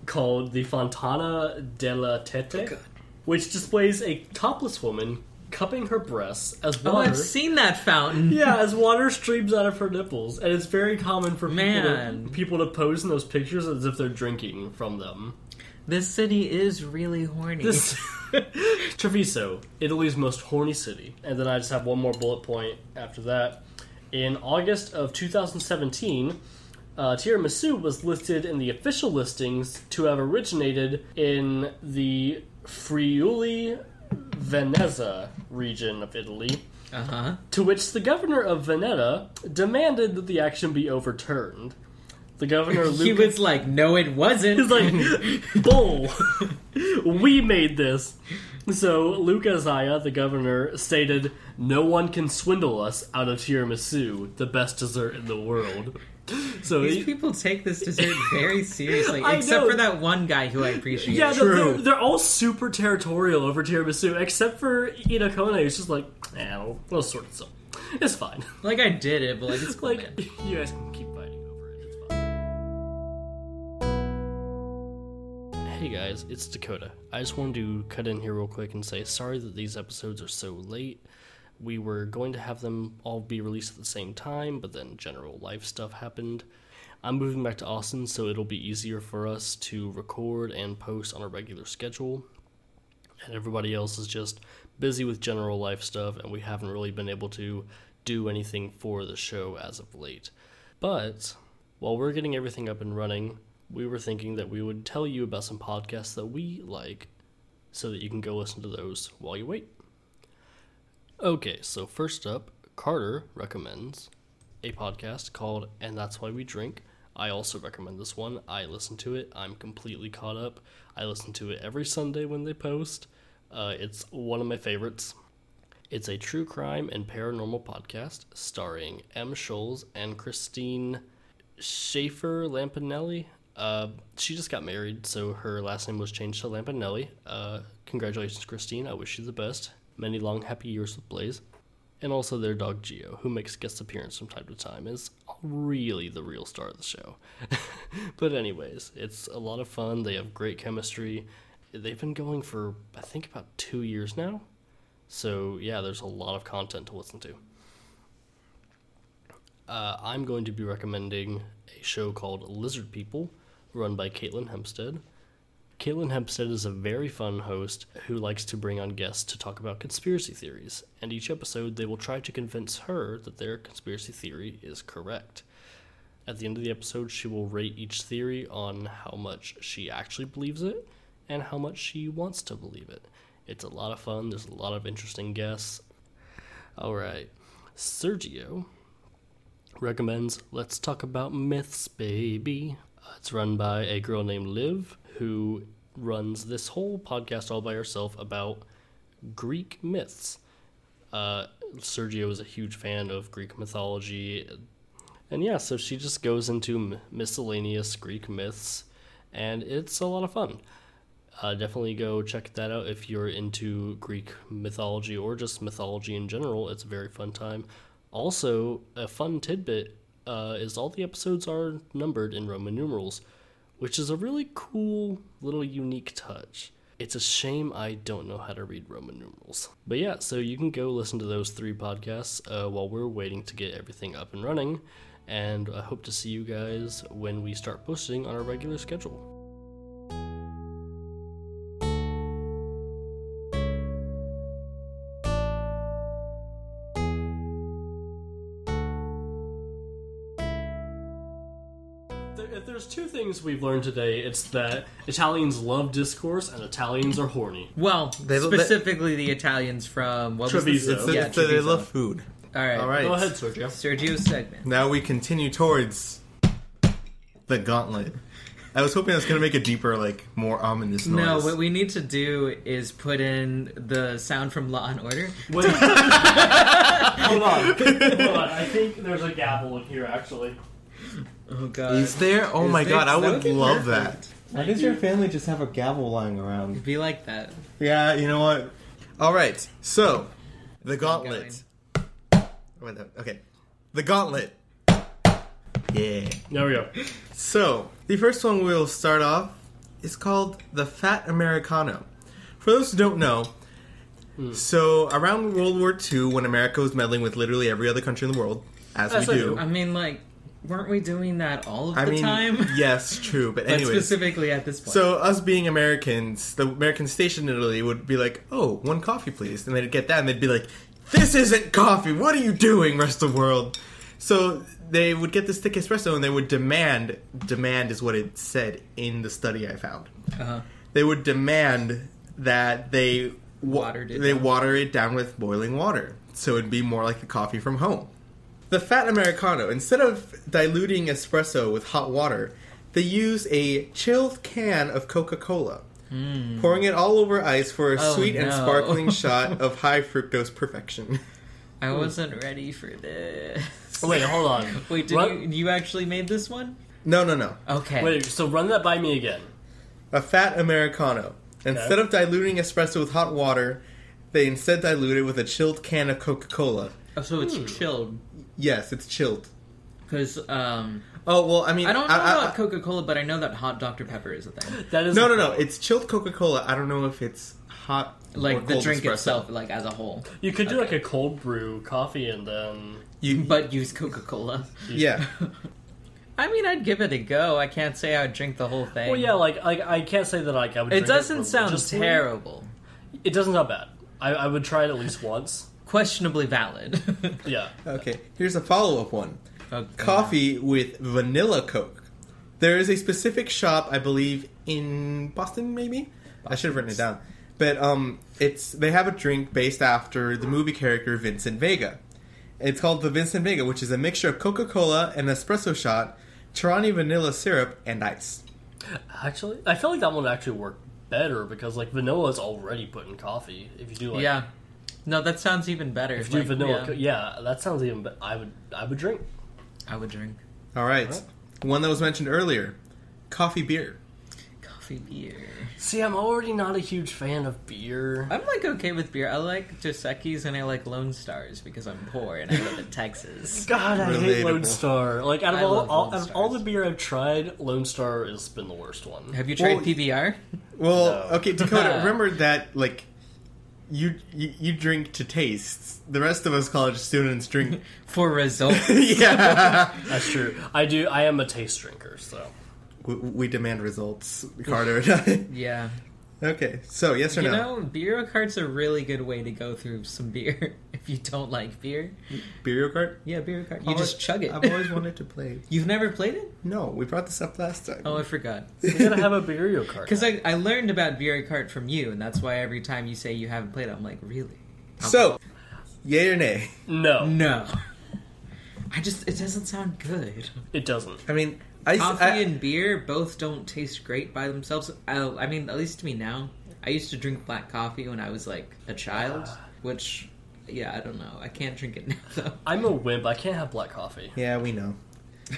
S1: called the Fontana della Tete, which displays a topless woman cupping her breasts as
S2: Oh,
S1: water.
S2: I've seen that fountain.
S1: yeah, as water streams out of her nipples, and it's very common for people to,
S2: Man.
S1: people to pose in those pictures as if they're drinking from them.
S2: This city is really horny.
S1: This Treviso, Italy's most horny city. And then I just have one more bullet point after that. In August of 2017, uh, tiramisu was listed in the official listings to have originated in the Friuli Venezia region of Italy,
S2: Uh huh.
S1: to which the governor of Veneta demanded that the action be overturned. The governor
S2: He
S1: Luca
S2: was like, no, it wasn't.
S1: He's like, bull. we made this. So Luca Zaya, the governor, stated, "No one can swindle us out of tiramisu, the best dessert in the world." So
S2: These
S1: he,
S2: people take this dessert very seriously,
S1: I
S2: except
S1: know.
S2: for that one guy who I appreciate.
S1: yeah, they're, they're, they're all super territorial over tiramisu, except for Inokone, who's just like, eh, we'll, we'll sort this out. It's fine.
S2: Like I did it, but like it's cool,
S1: like
S2: man.
S1: you guys can keep fighting over it. It's fine. Hey guys, it's Dakota. I just wanted to cut in here real quick and say sorry that these episodes are so late. We were going to have them all be released at the same time, but then general life stuff happened. I'm moving back to Austin, so it'll be easier for us to record and post on a regular schedule and everybody else is just busy with general life stuff, and we haven't really been able to do anything for the show as of late. But while we're getting everything up and running, we were thinking that we would tell you about some podcasts that we like so that you can go listen to those while you wait. Okay, so first up, Carter recommends a podcast called And That's Why We Drink. I also recommend this one. I listen to it. I'm completely caught up. I listen to it every Sunday when they post. Uh, it's one of my favorites. It's a true crime and paranormal podcast starring M. Scholes and Christine Schaefer Lampanelli. Uh, she just got married, so her last name was changed to Lampanelli. Uh, congratulations, Christine. I wish you the best. Many long, happy years with Blaze. And also their dog, Geo, who makes guest appearance from time to time, is really the real star of the show. but, anyways, it's a lot of fun. They have great chemistry. They've been going for, I think, about two years now. So, yeah, there's a lot of content to listen to. Uh, I'm going to be recommending a show called Lizard People, run by Caitlin Hempstead. Caitlin Hempstead is a very fun host who likes to bring on guests to talk about conspiracy theories, and each episode they will try to convince her that their conspiracy theory is correct. At the end of the episode, she will rate each theory on how much she actually believes it and how much she wants to believe it. It's a lot of fun, there's a lot of interesting guests. Alright, Sergio recommends Let's Talk About Myths, Baby. Uh, It's run by a girl named Liv who runs this whole podcast all by herself about Greek myths.
S4: Uh, Sergio is a huge fan of Greek mythology. And yeah, so she just goes into m- miscellaneous Greek myths, and it's a lot of fun. Uh, definitely go check that out if you're into Greek mythology or just mythology in general. It's a very fun time. Also, a fun tidbit uh, is all the episodes are numbered in Roman numerals, which is a really cool little unique touch. It's a shame I don't know how to read Roman numerals. But yeah, so you can go listen to those three podcasts uh, while we're waiting to get everything up and running. And I hope to see you guys when we start posting on our regular schedule.
S1: There- If there's two things we've learned today, it's that Italians love discourse and Italians are horny.
S2: Well,
S3: They-
S2: specifically the Italians from what was
S1: Treviso.
S2: this?
S3: So,
S2: Oh, Yeah,
S3: so they
S2: Treviso.
S3: love food.
S2: All right,
S3: All right.
S1: Go ahead, Sergio.
S2: Sergio's segment.
S3: Now we continue towards the gauntlet. I was hoping I was going to make a deeper, like, more ominous noise.
S2: No, what we need to do is put in the sound from Law and Order.
S1: Wait. Hold on. Hold on. I think there's a gavel in here, actually.
S2: Oh God!
S3: Is there? Oh
S2: Is
S3: my
S2: there-
S3: god, I
S2: that
S3: would
S2: would be
S3: love
S2: perfect.
S3: that. Why does your family just have a gavel lying around?
S2: Be like that.
S3: Yeah, you know what? All right, so the
S2: going.
S3: gauntlet. Wait, no, Okay, the gauntlet. Yeah.
S1: There we go.
S3: So, the first one we'll start off is called the Fat Americano. For those who don't know,
S2: Hmm.
S3: so around World War II, when America was meddling with literally every other country in the world, as
S1: That's
S3: we
S1: like-
S3: do.
S2: I mean, like, weren't we doing that all of
S3: I
S2: the
S3: mean,
S2: time?
S3: yes, true, but
S2: But
S3: anyways.
S2: specifically at this point.
S3: So us being Americans, the Americans stationed in Italy would be like, "Oh, one coffee, please," and they'd get that, and they'd be like, "This isn't coffee. What are you doing, rest of the world?" So they would get this thick espresso, and they would demand. Demand is what it said in the study I found.
S2: uh,
S3: They would demand that they wa-
S2: Watered it
S3: They
S2: down.
S3: water it down with boiling water, so it'd be more like the coffee from home. The fat americano, instead of diluting espresso with hot water, they use a chilled can of Coca-Cola, pouring it all over ice for a
S2: Hmm. Oh,
S3: sweet and
S2: no.
S3: sparkling shot of high fructose perfection.
S2: I wasn't ready for this.
S1: Oh, Wait, hold on.
S2: Oh, Wait, did
S1: Run-
S2: you you actually made this one?
S3: No, no, no.
S2: Okay.
S1: Wait, so run that by me again.
S3: A fat americano. Instead of diluting espresso with hot water, they instead dilute it with a chilled can of Coca-Cola.
S2: Oh, so it's chilled
S3: Yes, it's chilled.
S2: because um,
S3: Oh well, I mean,
S2: I don't know about Coca Cola, but I know that hot Dr Pepper is a thing.
S1: That is
S3: No, no, no. It's chilled Coca Cola. I don't know if it's hot. or
S2: Like the
S3: cold
S2: drink
S3: espresso.
S2: itself, like as a whole,
S1: You could do like a cold brew coffee and then
S3: You,
S2: but use Coca Cola.
S3: yeah.
S2: I mean, I'd give it a go. I can't say I'd drink the whole thing.
S1: Well, yeah, like like I can't say that like I would.
S2: It
S1: drink
S2: doesn't sound
S1: religiously.
S2: terrible.
S1: It doesn't sound bad. I, I would try it at least once.
S2: Questionably valid.
S1: Yeah.
S3: Okay. Here's a follow up one.
S2: Okay.
S3: Coffee with vanilla Coke. There is a specific shop, I believe, in Boston. Maybe I should have written it down. But um, it's they have a drink based after the movie character Vincent Vega. It's called the Vincent Vega, which is a mixture of Coca Cola, an espresso shot, Tarani vanilla syrup, and ice.
S1: Actually, I feel like that one would actually work better because like vanilla is already put in coffee. If you do like
S2: Yeah. No, that sounds even better.
S1: if you do
S2: Like,
S1: vanilla,
S2: yeah,
S1: co- yeah. that sounds even. Be- I would I would drink.
S2: I would drink
S3: All right. One that was mentioned earlier, coffee beer.
S2: coffee beer.
S1: See, I'm already not a huge fan of beer.
S2: I'm like okay with beer. I like Dos Equis and I like Lone Stars because I'm poor and I live in Texas.
S1: God, I hate Lone
S3: Relatable.
S1: Star. Like out of
S2: I
S1: all,
S2: love
S1: all
S2: Lone
S1: out of all the
S2: Stars.
S1: beer I've tried, Lone Star has been the worst one.
S2: Have you tried
S3: Well,
S2: PBR?
S3: Well,
S1: No.
S3: okay, Dakota. remember that, like, you, you you drink to taste. The rest of us college students drink.
S2: For results.
S3: yeah,
S1: That's true. I do. I am a taste drinker, so
S3: we, we demand results, Carter. and
S2: yeah.
S3: I. okay, so yes or
S2: You
S3: no?
S2: know, beer cart's a really good way to go through some beer if you don't like beer.
S3: Beer cart.
S2: Yeah, beer cart. You just chug it.
S3: I've always wanted to play.
S2: You've never played it?
S3: No, we brought this up last time.
S2: Oh, I forgot.
S1: we gotta have a beer card.
S2: Because I, I learned about beer cart from you, and that's why every time you say you haven't played it, I'm like, really?
S3: so, yay or nay?
S1: no,
S2: No. I just it doesn't sound good.
S1: it doesn't.
S3: I mean, I, s-
S2: Coffee
S3: I-
S2: and beer both don't taste great by themselves. I, I
S1: Ah.
S2: mean, at least to me now. I used to drink black coffee when I was like a child, which yeah, I don't know. I can't drink it now though.
S1: I'm a wimp. I can't have black coffee.
S3: Yeah, we know.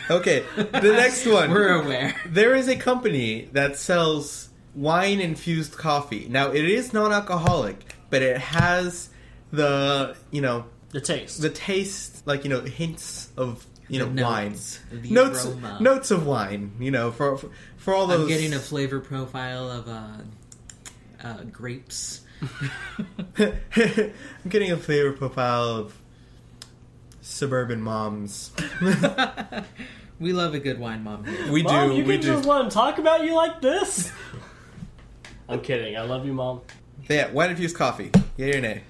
S3: Okay, the next one.
S2: We're aware.
S3: There is a company that sells wine infused coffee. Now it is non-alcoholic, but it has the you know
S1: The taste.
S3: the taste, like you know, hints of you know
S2: The
S3: wine,
S2: notes, the
S3: notes
S2: aroma.
S3: notes of wine. You know, for for, for all those.
S2: I'm getting a flavor profile of uh, uh, grapes.
S3: I'm getting a flavor profile of suburban moms.
S2: we love a good wine, mom. Here.
S3: We
S1: Mom,
S3: do.
S1: you
S3: we
S1: can
S3: do.
S1: just let him talk about you like this. I'm kidding. I love you, mom.
S3: Yeah, wine infused coffee. Yay or nay?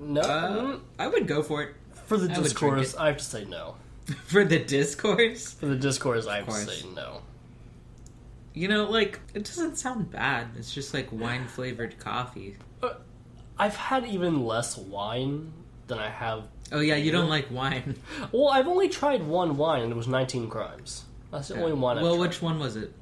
S1: No, Mm-hmm.
S2: Uh, I would go for it
S1: for the
S2: I would
S1: discourse,
S2: drink
S1: I have to say no.
S2: for the discourse.
S1: For the discourse, I have to
S2: course.
S1: say no.
S2: You know, like it doesn't sound bad. It's just like wine flavored coffee.
S1: I've had even less wine than I have.
S2: Oh yeah, you don't like wine.
S1: Well, I've only tried one wine, and it was 19 crimes. That's the only one. I've
S2: well,
S1: tried.
S2: which one was it?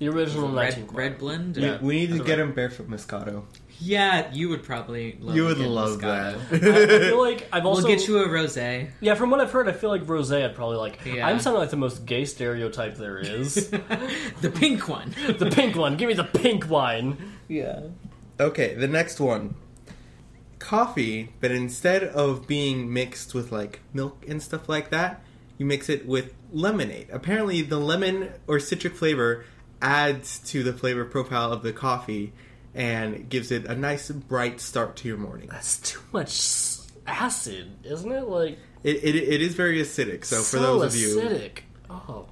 S1: the original 19
S2: Red,
S1: crimes.
S2: red blend.
S1: Yeah.
S3: We need to
S1: that's
S3: get
S1: right.
S3: him barefoot Moscato.
S2: Yeah, you would probably. Love
S3: You
S2: a
S3: would
S2: good
S3: love
S2: Moscato.
S1: I feel
S3: that.
S1: like I've
S2: We'll
S1: also
S2: get you a rosé.
S1: yeah. From what I've heard, I feel like rosé. I'd probably like.
S2: Yeah.
S1: I'm sounding like the most gay stereotype there is.
S2: the pink one.
S1: the pink one. Give me the pink wine.
S2: Yeah.
S3: okay, the next one. Coffee, but instead of being mixed with like milk and stuff like that, you mix it with lemonade. Apparently, the lemon or citric flavor adds to the flavor profile of the coffee and gives it a nice bright start to your morning.
S1: That's too much s- acid, isn't it? Like
S3: It, it, it is very acidic, so for those of you
S1: acidic. Oh,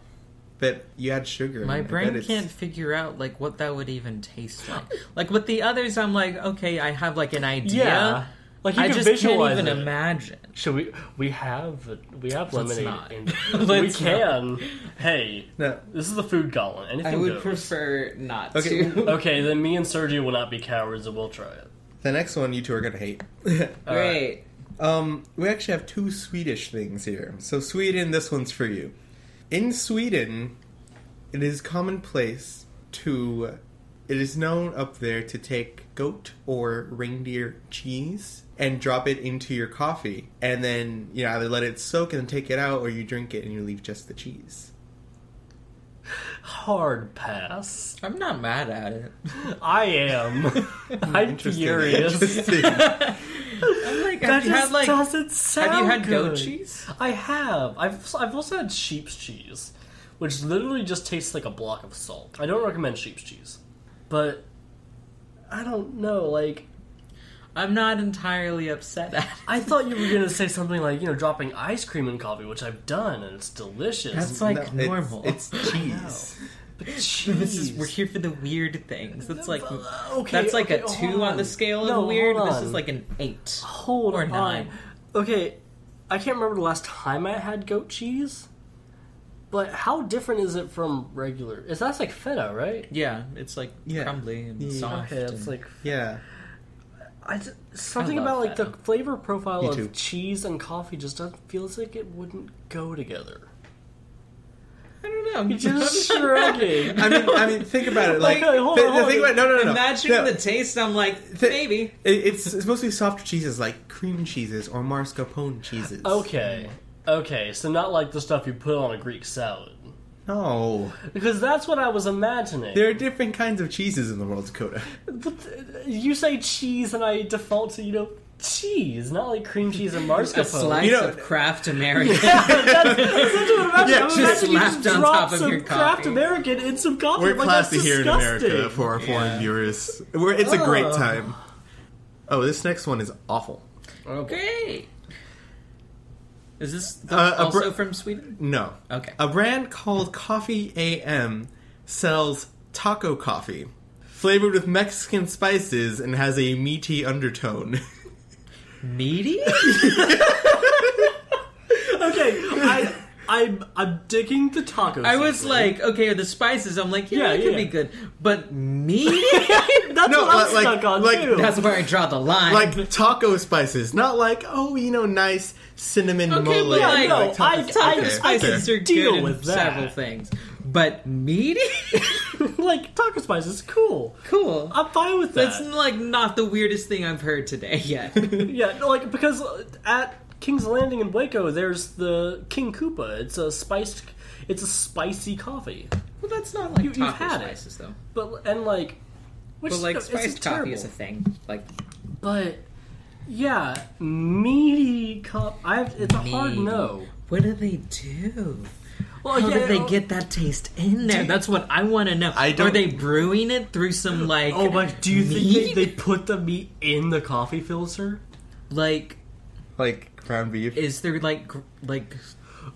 S3: that you add sugar,
S2: My
S3: in, I bet
S2: brain
S3: it's-
S2: can't figure out like what that would even taste like. Like with the others, I'm like, okay, I have like an idea.
S1: yeah. Like you
S2: I
S1: can
S2: just
S1: visualize
S2: can't even
S1: it.
S2: imagine.
S1: Should we? We have we have
S2: Let's
S1: lemonade.
S2: not.
S1: in- we
S2: Let's
S1: can. Hey,
S3: No.
S1: this is the food gauntlet. Anything
S2: I would
S1: goes.
S2: prefer not
S3: Okay.
S2: to.
S1: Okay, then me and Sergio will not be cowards, and we'll try it.
S3: The next one you two are gonna hate.
S2: Great.
S3: Um, we actually have two Swedish things here. So Sweden, this one's for you. In Sweden, it is commonplace to it is known up there to take goat or reindeer cheese and drop it into your coffee and then you know either let it soak and take it out or you drink it and you leave just the cheese.
S1: Hard pass.
S2: I'm not mad at it.
S1: I am. I'm furious.
S3: Interesting.
S2: I'm like,
S1: That
S2: have
S1: just
S2: you had like
S1: doesn't sound
S2: have you had
S1: good.
S2: goat cheese?
S1: I have. I've I've also had sheep's cheese, which literally just tastes like a block of salt. I don't recommend sheep's cheese, but I don't know. Like
S2: I'm not entirely upset at it.
S1: I thought you were gonna say something like you know dropping ice cream in coffee, which I've done and it's delicious.
S2: That's
S3: No,
S2: like
S3: it's-
S2: normal.
S3: It's, cheese.
S1: but cheese.
S2: this is we're here for the weird things. That's like
S1: Okay,
S2: that's like a
S1: okay,
S2: two
S1: hold
S2: on.
S1: on.
S2: the scale of
S1: No,
S2: weird.
S1: hold
S2: This
S1: on.
S2: is like an eight.
S1: Hold
S2: Or
S1: on.
S2: nine.
S1: Okay, I can't remember the last time I had goat cheese. But how different is it from regular? Is that's like feta, right?
S2: Yeah, it's like
S3: Yeah.
S2: crumbly and
S3: Yeah.
S2: soft.
S1: Okay, it's
S2: and-
S1: like
S3: Yeah.
S1: I just, something
S2: love
S1: about like the
S2: feta.
S1: flavor profile
S3: Me
S1: of
S3: too.
S1: cheese and coffee just doesn't feels like it wouldn't go together.
S2: I don't know. I'm
S1: Just
S2: I'm not-
S1: shrugging.
S3: I mean, I mean, think about it. Like,
S1: Okay, hold
S3: thi-
S1: on, hold
S3: think
S1: on.
S3: about no, no, no, no.
S2: Imagining
S3: No.
S2: the taste, I'm like maybe.
S3: It, it's, it's mostly softer cheeses like cream cheeses or mascarpone cheeses.
S1: Okay, okay, so not like the stuff you put on a Greek salad
S3: No.
S1: because that's what I was imagining.
S3: There are different kinds of cheeses in the world, Dakota.
S1: But uh, you say cheese, and I default to you know cheese, not like cream cheese and mascarpone.
S2: A slice
S3: You know-
S2: of craft American.
S1: that's, that's what I'm imagining.
S3: Yeah,
S1: I'm
S3: just
S1: imagining you
S2: slapped on
S1: drop
S2: top of
S1: some
S2: your
S1: Kraft
S2: coffee.
S1: American in some coffee.
S3: We're
S1: like,
S3: classy
S1: Oh, that's
S3: here in America
S1: disgusting.
S3: for our foreign
S2: Yeah.
S3: viewers. We're, it's a great
S1: Ugh.
S3: time. Oh, this next one is awful.
S2: Great. Is this the,
S3: Uh, a
S2: also
S3: br-
S2: from Sweden?
S3: No.
S2: Okay.
S3: A brand called Coffee AM sells taco coffee flavored with Mexican spices and has a meaty undertone.
S2: Meaty?
S1: Okay, I, I'm I'm digging the tacos.
S2: I was like, okay, the spices. I'm like, yeah,
S1: Yeah,
S2: it could
S1: yeah.
S2: be good, but meaty?
S1: that's
S3: No,
S1: what I'm
S3: like-
S1: stuck on
S3: like-
S1: too.
S2: That's where I draw the line.
S3: like taco spices, not like oh you know nice cinnamon
S2: Okay,
S3: mole.
S2: but like-
S1: no,
S3: taco
S1: I- I-
S2: taco
S3: okay,
S2: spices
S3: fair.
S2: are
S1: Deal
S2: good in
S1: with that.
S2: several things, but meaty?
S1: like taco spices, cool.
S2: cool.
S1: I'm fine with that.
S2: That's like not the weirdest thing I've heard today yet.
S1: Yeah, no, like because uh, at King's Landing in Waco, there's the King Koopa. It's a spiced, it's a spicy coffee,
S2: well, that's not like
S1: You- you've
S2: taco
S1: had it.
S2: spices though.
S1: but and like, which
S2: But like
S1: it's
S2: spiced coffee
S1: terrible.
S2: is a thing. Like
S1: but yeah, meaty cup. I it's a hard
S2: Meaty.
S1: no.
S2: what do they do?
S1: Well,
S2: How
S1: yeah,
S2: did they
S1: oh,
S2: get that taste in there? That's what I want to know.
S3: I
S2: Are
S3: don't-
S2: they brewing it through some like?
S1: Oh my! Do you
S2: meat?
S1: think they, they put the meat in the coffee filter?
S2: like?
S3: like ground beef.
S2: Is there like gr- like?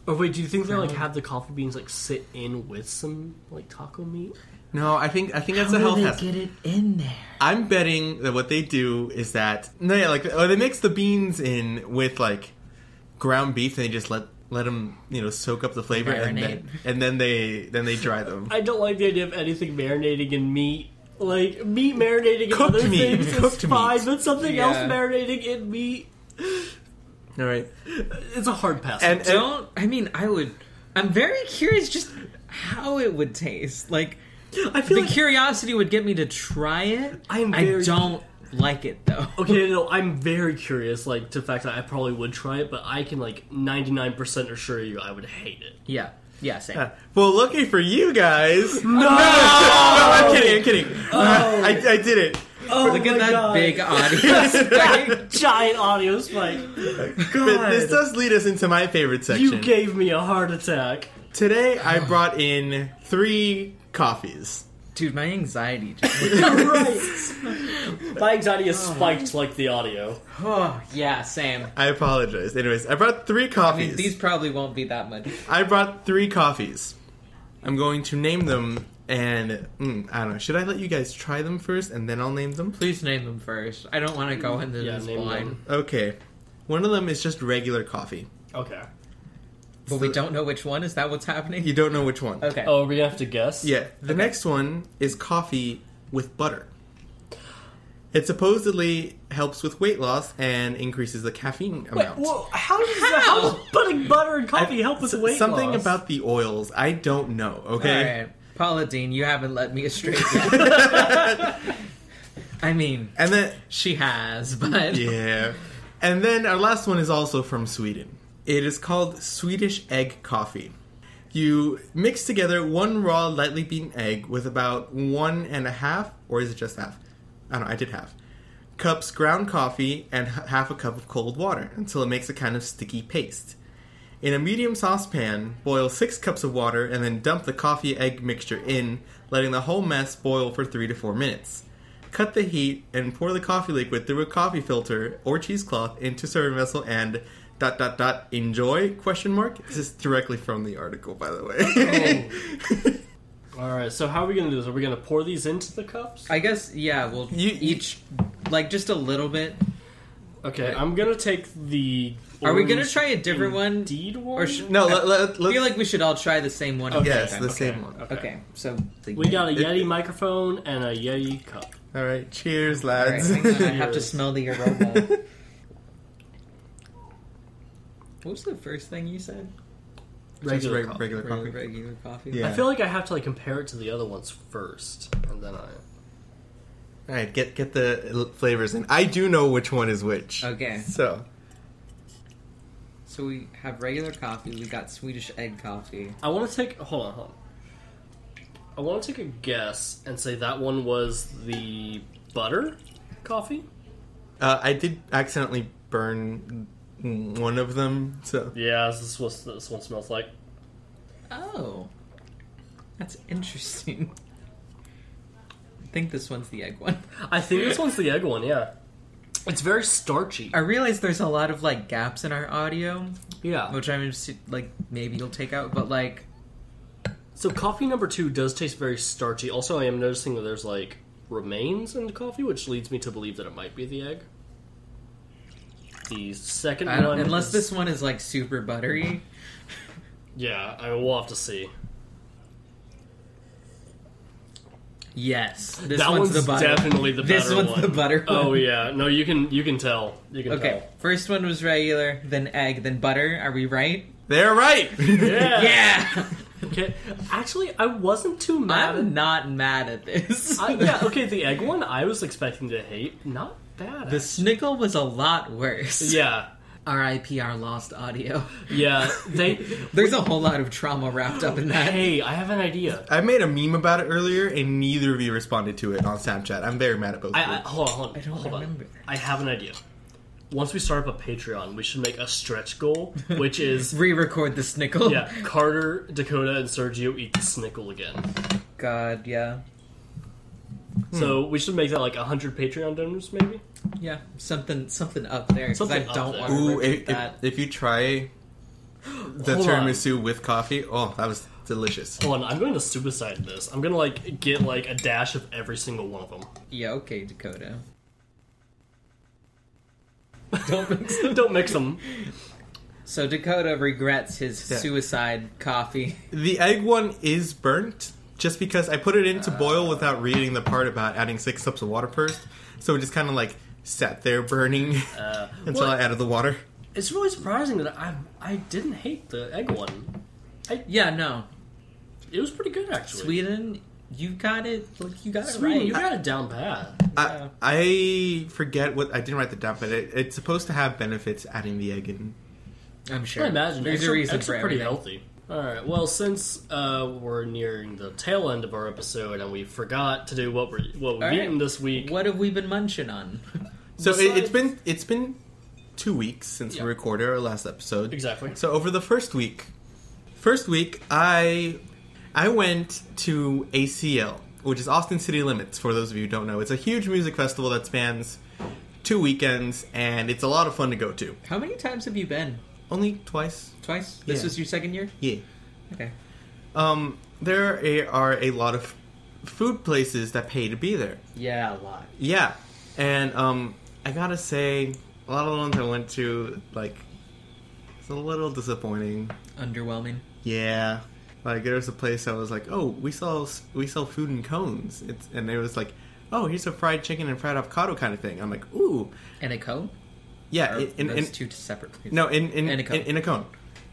S1: Or wait, do you think they like have the coffee beans like sit in with some like taco meat?
S3: No, I think I think that's
S2: how
S3: a health
S2: do they
S3: hazard.
S2: get it in there?
S3: I'm betting that what they do is that no, yeah, like or they mix the beans in with like ground beef, and they just let let them you know soak up the flavor, and then,
S2: Marinate.
S3: and then they then they dry them.
S1: I don't like the idea of anything marinating in meat. Like meat marinating in
S3: Cooked
S1: other
S3: meat.
S1: things is
S3: Cooked meat.
S1: fine, but something else
S2: Yeah.
S1: marinating in meat
S3: All right,
S1: it's a hard pass.
S3: and, and
S2: Don't. I mean, I would. I'm very curious just how it would taste. Like
S1: I feel
S2: the
S1: like
S2: curiosity would get me to try it.
S1: I'm
S2: I
S1: very-
S2: don't like it though.
S1: okay, no, I'm very curious. Like to the fact that I probably would try it, but I can like 99 percent assure you I would hate it.
S2: Yeah. Yeah. Same.
S3: well, lucky for you guys. No, I'm kidding. I'm kidding.
S2: Oh.
S3: I, I did it.
S1: Oh
S2: Look at that big audience. like,
S1: giant audio spike.
S3: But
S1: God,
S3: this does lead us into my favorite section.
S1: you gave me a heart attack.
S3: Today I brought in three coffees.
S2: dude, my anxiety. just...
S1: right. My anxiety
S3: Oh
S1: is spiked like the audio.
S2: Oh yeah. Same.
S3: I apologize. Anyways, I brought three
S2: I
S3: coffees.
S2: mean, these probably won't be that much.
S3: I brought three coffees. I'm going to name them, and mm, I don't know. Should I let you guys try them first, and then I'll name them?
S2: Please name them first. I don't want to go into
S1: Yeah,
S2: this
S1: name
S2: blind.
S1: them.
S3: Okay. One of them is just regular coffee.
S1: Okay.
S2: But we don't know which one. Is that what's happening?
S3: You don't know which one.
S2: Okay.
S1: Oh, we have to guess.
S3: Yeah. The next one is coffee with butter. It supposedly helps with weight loss and increases the caffeine amount.
S1: Well, how does
S2: How?
S1: how? does putting butter and coffee help with
S3: S-
S1: weight
S3: Something
S1: loss?
S3: about the oils. I don't know. Okay.
S2: All right. Paula Dean, you haven't led me astray yet. I mean,
S3: And then
S2: she has, but
S3: yeah. And then our last one is also from Sweden. It is called Swedish egg coffee. You mix together one raw, lightly beaten egg with about one and a half, or is it just half? I don't know, I did half. Cups ground coffee and h- half a cup of cold water until it makes a kind of sticky paste. In a medium saucepan, boil six cups of water and then dump the coffee egg mixture in, letting the whole mess boil for three to four minutes. Cut the heat and pour the coffee liquid through a coffee filter or cheesecloth into serving vessel and dot dot dot enjoy question mark. This is directly from the article, by the way. Oh.
S1: All right, so how are we going to do this? Are we going to pour these into the cups?
S2: I guess yeah. We'll
S3: You-
S2: each like just a little bit.
S1: Okay, I'm going to take the.
S2: Are we gonna
S1: orange
S2: try a different one?
S1: Indeed one.
S2: Or sh-
S3: no, let, let,
S2: I
S3: let,
S2: feel like we should all try the same one. at the
S3: yes,
S2: same
S3: the
S2: time.
S3: same one.
S1: Okay.
S2: Okay, so
S1: We got a
S3: It-
S1: Yeti
S3: it-
S1: microphone and a Yeti cup.
S3: All right, cheers,
S2: All right,
S3: lads.
S2: hang on, I have to
S1: Yours.
S2: smell the aroma. What was the first thing you said?
S3: Just
S1: Regular
S3: reg-
S1: coffee.
S3: regular
S2: Regular,
S3: coffee.
S2: regular coffee.
S3: Yeah.
S1: I feel like I have to like compare it to the other ones first, and then I.
S3: All right, get get the l- flavors in. I do know which one is which.
S2: Okay.
S3: So
S2: So we have regular coffee. We got Swedish egg coffee.
S1: I want to take. Hold on, hold on. I want to take a guess and say that one was the butter coffee.
S3: uh, I did accidentally burn one of them. So
S1: Yeah, this is what this one smells like.
S2: Oh, that's interesting. I think this one's the egg one.
S1: I think this one's the egg one. Yeah, it's very starchy.
S2: I realize there's a lot of like gaps in our audio,
S1: Yeah.
S2: which I'm just, like maybe you'll take out, but like
S1: So coffee number two does taste very starchy. Also, I am noticing that there's like remains in the coffee, which leads me to believe that it might be the egg. The second
S2: I don't,
S1: one,
S2: unless
S1: is-
S2: this one is like super buttery.
S1: yeah, I will have to see.
S2: Yes, this
S1: that
S2: one's,
S1: one's,
S2: the butter.
S1: definitely the
S2: This
S1: better
S2: one's
S1: one.
S2: the butter one.
S1: Oh yeah, no, you can you can tell. You can
S2: Okay, first one was regular, then egg, then butter. Are we right?
S3: they're right.
S1: tell. Yeah.
S2: Yeah.
S1: Okay. Actually, I wasn't too mad.
S2: I'm not mad at this.
S1: I, yeah, okay, the egg one I was expecting to hate. Not bad.
S2: The snickle was a lot worse.
S1: yeah.
S2: R.I.P. our lost audio.
S1: Yeah. They
S2: There's a whole lot of trauma wrapped up in that.
S1: Hey, I have an idea.
S3: I made a meme about it earlier, and neither of you responded to it on Snapchat. I'm very mad at both.
S1: I,
S3: of
S1: I
S3: you.
S1: hold on, hold on.
S2: I don't
S1: hold
S2: remember
S1: on.
S2: that.
S1: I have an idea. Once we start up a Patreon, we should make a stretch goal, which is
S2: Re-record the snickle.
S1: yeah, Carter, Dakota, and Sergio eat the snickle again.
S2: God, yeah. Hmm.
S1: So we should make that like hundred Patreon donors, maybe.
S2: Yeah. Something something up there. 'cause
S1: Something
S2: I
S1: up
S2: don't
S1: there.
S2: want to
S3: Ooh,
S2: repeat
S3: if, if,
S2: that.
S3: if you try the
S1: Hold on.
S3: tiramisu with coffee, oh, that was delicious.
S1: Hold on, I'm going to suicide this. I'm gonna like get like a dash of every single one of them.
S2: Yeah, okay, Dakota. Don't mix-
S1: Don't mix them.
S2: so Dakota regrets his
S3: Yeah.
S2: suicide coffee.
S3: The egg one is burnt just because I put it in to
S1: Ah.
S3: boil without reading the part about adding six cups of water first. So it just kind of like sat there burning until
S1: Uh, well-
S3: I added the water.
S1: It's really surprising that I I didn't hate the egg one.
S2: Yeah, no.
S1: It was pretty good actually.
S2: Sweden, you got it. Like, You got
S1: Sweet,
S2: it
S1: you
S2: right.
S1: got it down pat.
S2: Yeah.
S3: I, I forget what I didn't write the down, but it, it's supposed to have benefits adding the egg in.
S2: I'm sure.
S1: I imagine
S2: There's
S1: eggs are-
S2: a reason
S1: eggs
S2: for
S1: are pretty
S2: everything.
S1: healthy. All right. Well, since uh, we're nearing the tail end of our episode and we forgot to do what we're what we're
S2: All right.
S1: eating this week,
S2: What have we been munching on?
S3: So it, it's
S1: Besides-
S3: been it's been two weeks since
S1: Yeah.
S3: we recorded our last episode.
S1: Exactly.
S3: So over the first week, first week I I went to ACL, which is Austin City Limits. For those of you who don't know, it's a huge music festival that spans two weekends, and it's a lot of fun to go to.
S2: How many times have you been?
S3: Only twice.
S2: Twice? This
S3: Yeah.
S2: was your second year?
S3: Yeah.
S2: Okay.
S3: Um, there a- are a lot of food places that pay to be there.
S2: Yeah, a lot.
S3: Yeah, and um, I gotta say, a lot of the ones I went to, like, it's a little disappointing.
S2: Underwhelming.
S3: Yeah, like there was a place I was like, oh, we sell we sell food in cones, it's, and there was like, oh, here's a fried chicken and fried avocado kind of thing. I'm like, ooh,
S2: And a co?
S3: yeah,
S2: Or
S3: in, in,
S2: those
S3: in-
S2: two separate places?
S3: no, in in,
S2: And a cone.
S3: in in a cone.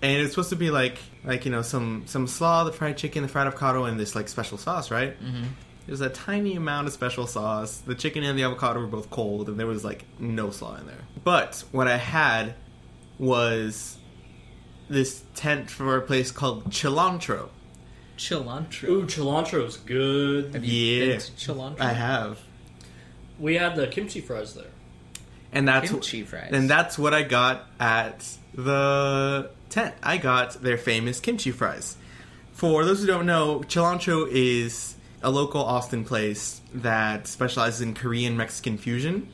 S3: And it's supposed to be like like you know some some slaw, the fried chicken, the fried avocado, and this like special sauce, right? Mm-hmm. There's a tiny amount of special sauce. The chicken and the avocado were both cold, and there was like no slaw in there. But what I had was this tent for a place called Cilantro.
S2: Cilantro.
S1: ooh, cilantro's good.
S2: Have you
S3: Yeah.
S2: been to cilantro?
S3: I have,
S1: We had the kimchi fries there.
S3: and that's
S2: Kimchi fries.
S3: and that's what I got at the tent. I got their famous kimchi fries. For those who don't know, Cilantro is a local Austin place that specializes in Korean Mexican fusion.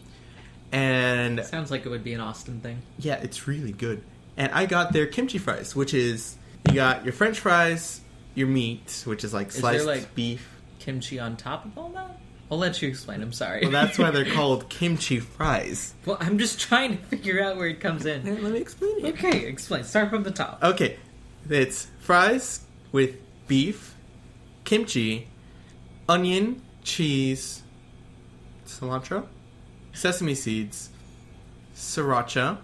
S3: And
S2: Sounds like it would be an Austin thing.
S3: yeah, it's really good. And I got their kimchi fries, which is you got your french fries, your meat, which is like
S2: there,
S3: sliced
S2: like-
S3: beef.
S2: Kimchi on top of all that? I'll let you explain. I'm sorry.
S3: Well, that's why they're called kimchi fries.
S2: well, I'm just trying to figure out where it comes in.
S3: Let me explain it.
S2: Okay, explain. Start from the top.
S3: Okay, it's fries with beef, kimchi, onion, cheese, cilantro, sesame seeds, sriracha,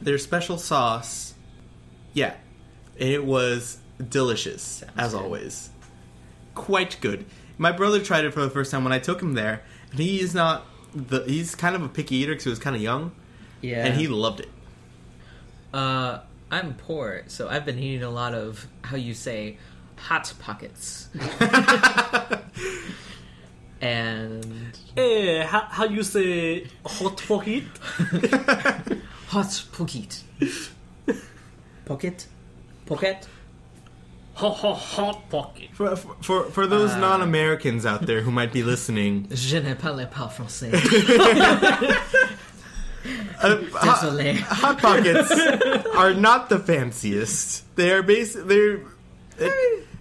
S3: their special sauce. Yeah, it was delicious, as
S2: good.
S3: always. Quite good. My brother tried it for the first time when I took him there, and he is not. The, he's kind of a picky eater because he was kind of young,
S2: yeah.
S3: and he loved it.
S2: Uh, I'm poor, so I've been eating a lot of how you say hot pockets. and
S1: Eh, how, how you say hot pocket?
S2: hot pocket. Pocket? Pocket?
S1: Hot, hot, hot pocket.
S3: For, for, for those
S2: Uh.
S3: non Americans out there who might be listening,
S2: Je ne parle pas français.
S3: uh, hot,
S2: Désolé.
S3: Hot Pockets are not the fanciest. They are bas- they're,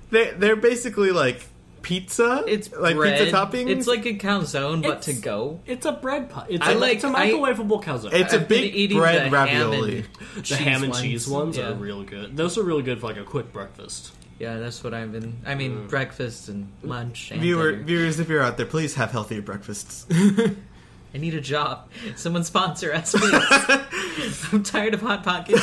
S3: they're, they're basically like pizza.
S2: It's
S3: like
S2: bread.
S3: pizza toppings.
S2: It's like a calzone, but
S1: It's-
S2: to go.
S1: It's a bread pie. It's
S2: I
S1: a
S2: like-
S1: it's a
S2: I-
S1: microwavable calzone.
S3: It's a
S2: I've been
S3: big
S2: eating
S3: bread
S2: the ham
S3: ravioli.
S2: and
S1: the ham and
S2: ones.
S1: cheese ones
S2: yeah.
S1: are real good. Those are really good for like a quick breakfast.
S2: Yeah, that's what I've been. I
S1: Mm.
S2: mean, breakfast and lunch. And
S3: Viewer,
S2: dinner.
S3: viewers, if you're out there, please have healthier breakfasts.
S2: I need a job. Someone sponsor us, please. I'm tired of hot pockets.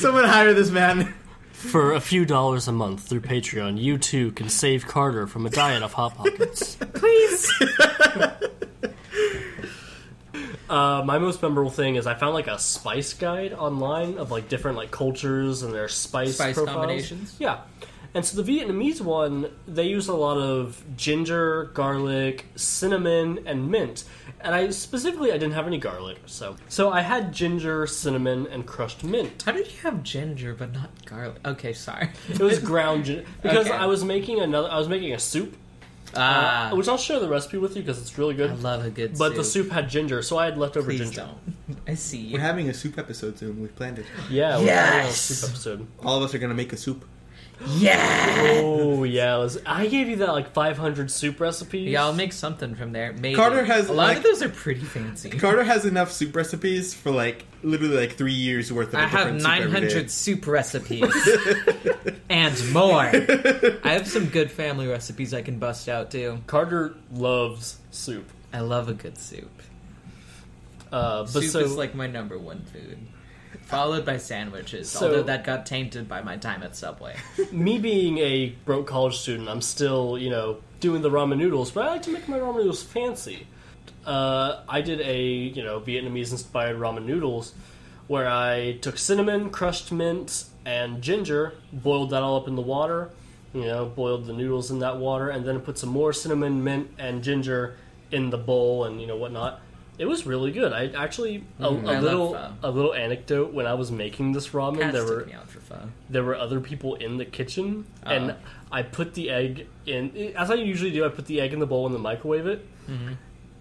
S3: Someone hire this man.
S4: For a few dollars a month through Patreon, you too can save Carter from a diet of Hot Pockets.
S2: Please.
S1: Uh, my most memorable thing is I found like a spice guide online of like different like cultures and their spice,
S2: Spice
S1: profiles.
S2: combinations?
S1: Yeah, and so the Vietnamese one they use a lot of ginger, garlic, cinnamon, and mint. And I specifically I didn't have any garlic, so so I had ginger, cinnamon, and crushed mint.
S2: How did you have ginger but not garlic? Okay, sorry.
S1: It was ground ginger because
S2: Okay.
S1: I was making another I was making a soup, uh,
S2: Ah,
S1: which I'll share the recipe with you because it's really
S2: I
S1: good.
S2: love a good.
S1: But the soup had ginger, so I had leftover
S2: Please
S1: ginger.
S2: don't. I see you.
S3: We're having a soup episode soon. We've planned it.
S1: Yeah, we're having a
S2: Yes!
S1: soup episode.
S3: All of us are gonna make a soup.
S2: yeah.
S1: Oh yeah, it was- I gave you that like 500 soup recipes.
S2: Yeah, I'll make something from there. Maybe.
S3: Carter has,
S2: a lot
S3: like-
S2: of those are pretty fancy.
S3: Carter has enough soup recipes for like literally like three years worth of.
S2: I
S3: a
S2: have
S3: different soup every
S2: 900
S3: day.
S2: soup recipes and more. I have some good family recipes I can bust out too.
S1: Carter loves soup.
S2: I love a good soup.
S1: Uh, but
S2: soup
S1: so
S2: is like my number one food, followed by sandwiches.
S1: So-
S2: although that got tainted by my time at Subway.
S1: me being a broke college student, I'm still you know doing the ramen noodles, but I like to make my ramen noodles fancy. Uh, I did a you know Vietnamese inspired ramen noodles, where I took cinnamon, crushed mint, and ginger, boiled that all up in the water. You know, boiled the noodles in that water, and then put some more cinnamon, mint, and ginger in the bowl, and you know whatnot. It was really good. I actually a,
S2: Mm-hmm. I
S1: a
S2: love
S1: little
S2: pho.
S1: a little anecdote when I was making this ramen,
S2: Cats
S1: there
S2: took
S1: were
S2: me out for fun.
S1: there were other people in the kitchen, and
S2: Uh-huh.
S1: I put the egg in. As I usually do, I put the egg in the bowl and then microwave it.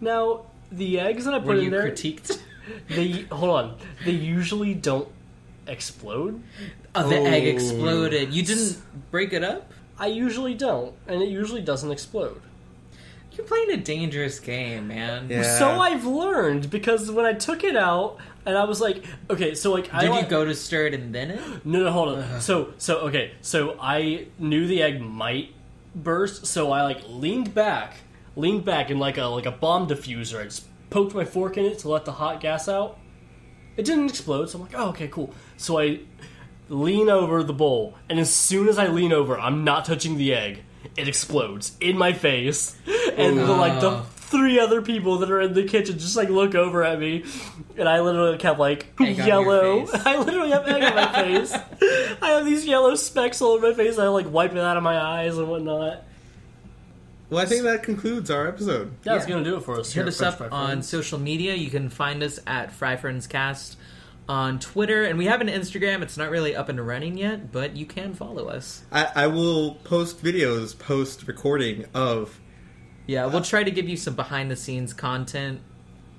S1: Now, the eggs that I put
S2: Mm-hmm. Were
S1: in
S2: you
S1: there,
S2: critiqued?
S1: they hold on. They usually don't explode.
S2: Oh, the egg
S3: Oh.
S2: exploded. You didn't break it up.
S1: I usually don't, and it usually doesn't explode.
S2: You're playing a dangerous game, man.
S3: Yeah.
S1: So I've learned because when I took it out, and I was like, okay, so like I
S2: Did you
S1: like-
S2: go to stir it and then it?
S1: No, no, hold on. So, so okay. So I knew the egg might burst, so I like leaned back, leaned back, and like a like a bomb diffuser, I just poked my fork in it to let the hot gas out. It didn't explode, so I'm like, oh, okay, cool. So I lean over the bowl, and as soon as I lean over, I'm not touching the egg. It explodes in my face, and the, like the three other people that are in the kitchen just like look over at me, and I literally kept like
S2: Egg on your
S1: yellow.
S2: face.
S1: I literally have egg on my face. I have these yellow specks all over my face. I like wipe it out of my eyes and whatnot.
S3: Well, I think that concludes our episode.
S1: Yeah, that's
S2: Yeah.
S1: gonna do it for us. here
S2: Hit
S1: at
S2: us
S1: French
S2: up
S1: Fry
S2: on
S1: Friends.
S2: social media. You can find us at Fry Friends Cast on Twitter, and we have an Instagram. It's not really up and running yet, but you can follow us.
S3: I, I will post videos post recording of
S2: Yeah, we'll try to give you some behind the scenes content.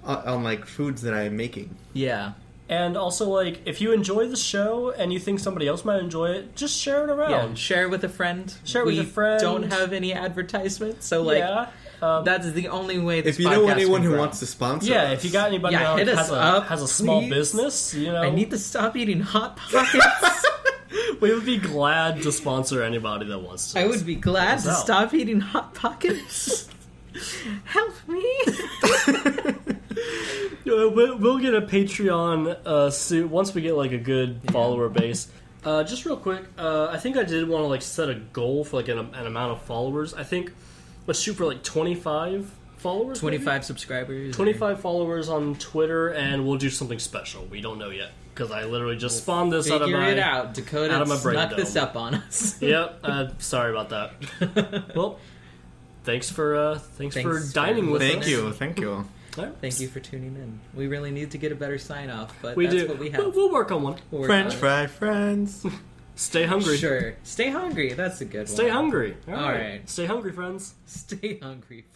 S3: uh, on like foods that I am making.
S2: Yeah,
S1: and also like if you enjoy the show and you think somebody else might enjoy it, just share it around.
S2: yeah. Share with a friend.
S1: Oh. Share with
S2: We
S1: a friend.
S2: Don't have any advertisements, so like
S1: yeah. Um,
S2: that's the only way. This
S3: If you know
S2: podcast
S3: anyone
S2: can
S3: who
S2: grow.
S3: wants to sponsor,
S1: yeah,
S3: us,
S1: if you got anybody
S2: Yeah,
S1: out
S2: hit us
S1: has, a,
S2: up,
S1: has a small
S2: please.
S1: business, you know,
S2: I need to stop eating hot pockets.
S1: we would be glad to sponsor anybody that wants to.
S2: I would be glad
S1: us
S2: to
S1: out.
S2: stop eating hot pockets. Help me.
S1: Uh, we- We'll get a Patreon uh, suit once we get like a good follower base. Uh, just real quick, uh, I think I did want to like set a goal for like an, an amount of followers. I think let's shoot for like twenty five followers. maybe?
S2: 25 subscribers.
S1: 25 followers on Twitter, and we'll do something special. We don't know yet because I literally just spawned this out of
S2: Figure
S1: my.
S2: it out. Dakota
S1: out of my brain
S2: snuck this
S1: dome.
S2: up on us.
S1: Yep. Uh, sorry about that. well, thanks for uh, thanks,
S2: Thanks
S1: for
S2: for
S1: dining with
S3: thank
S1: us.
S3: you, thank you.
S1: All right.
S2: Thank you for tuning in. We really need to get a better sign off, but
S1: We
S2: that's
S1: do.
S2: what we
S1: We'll,
S2: have.
S1: we'll work on one.
S2: We're
S3: French
S2: on.
S3: fry friends.
S1: Stay hungry.
S2: Sure. Stay hungry. That's a good one.
S1: Stay hungry.
S2: All right.
S1: Stay hungry, friends.
S2: Stay hungry.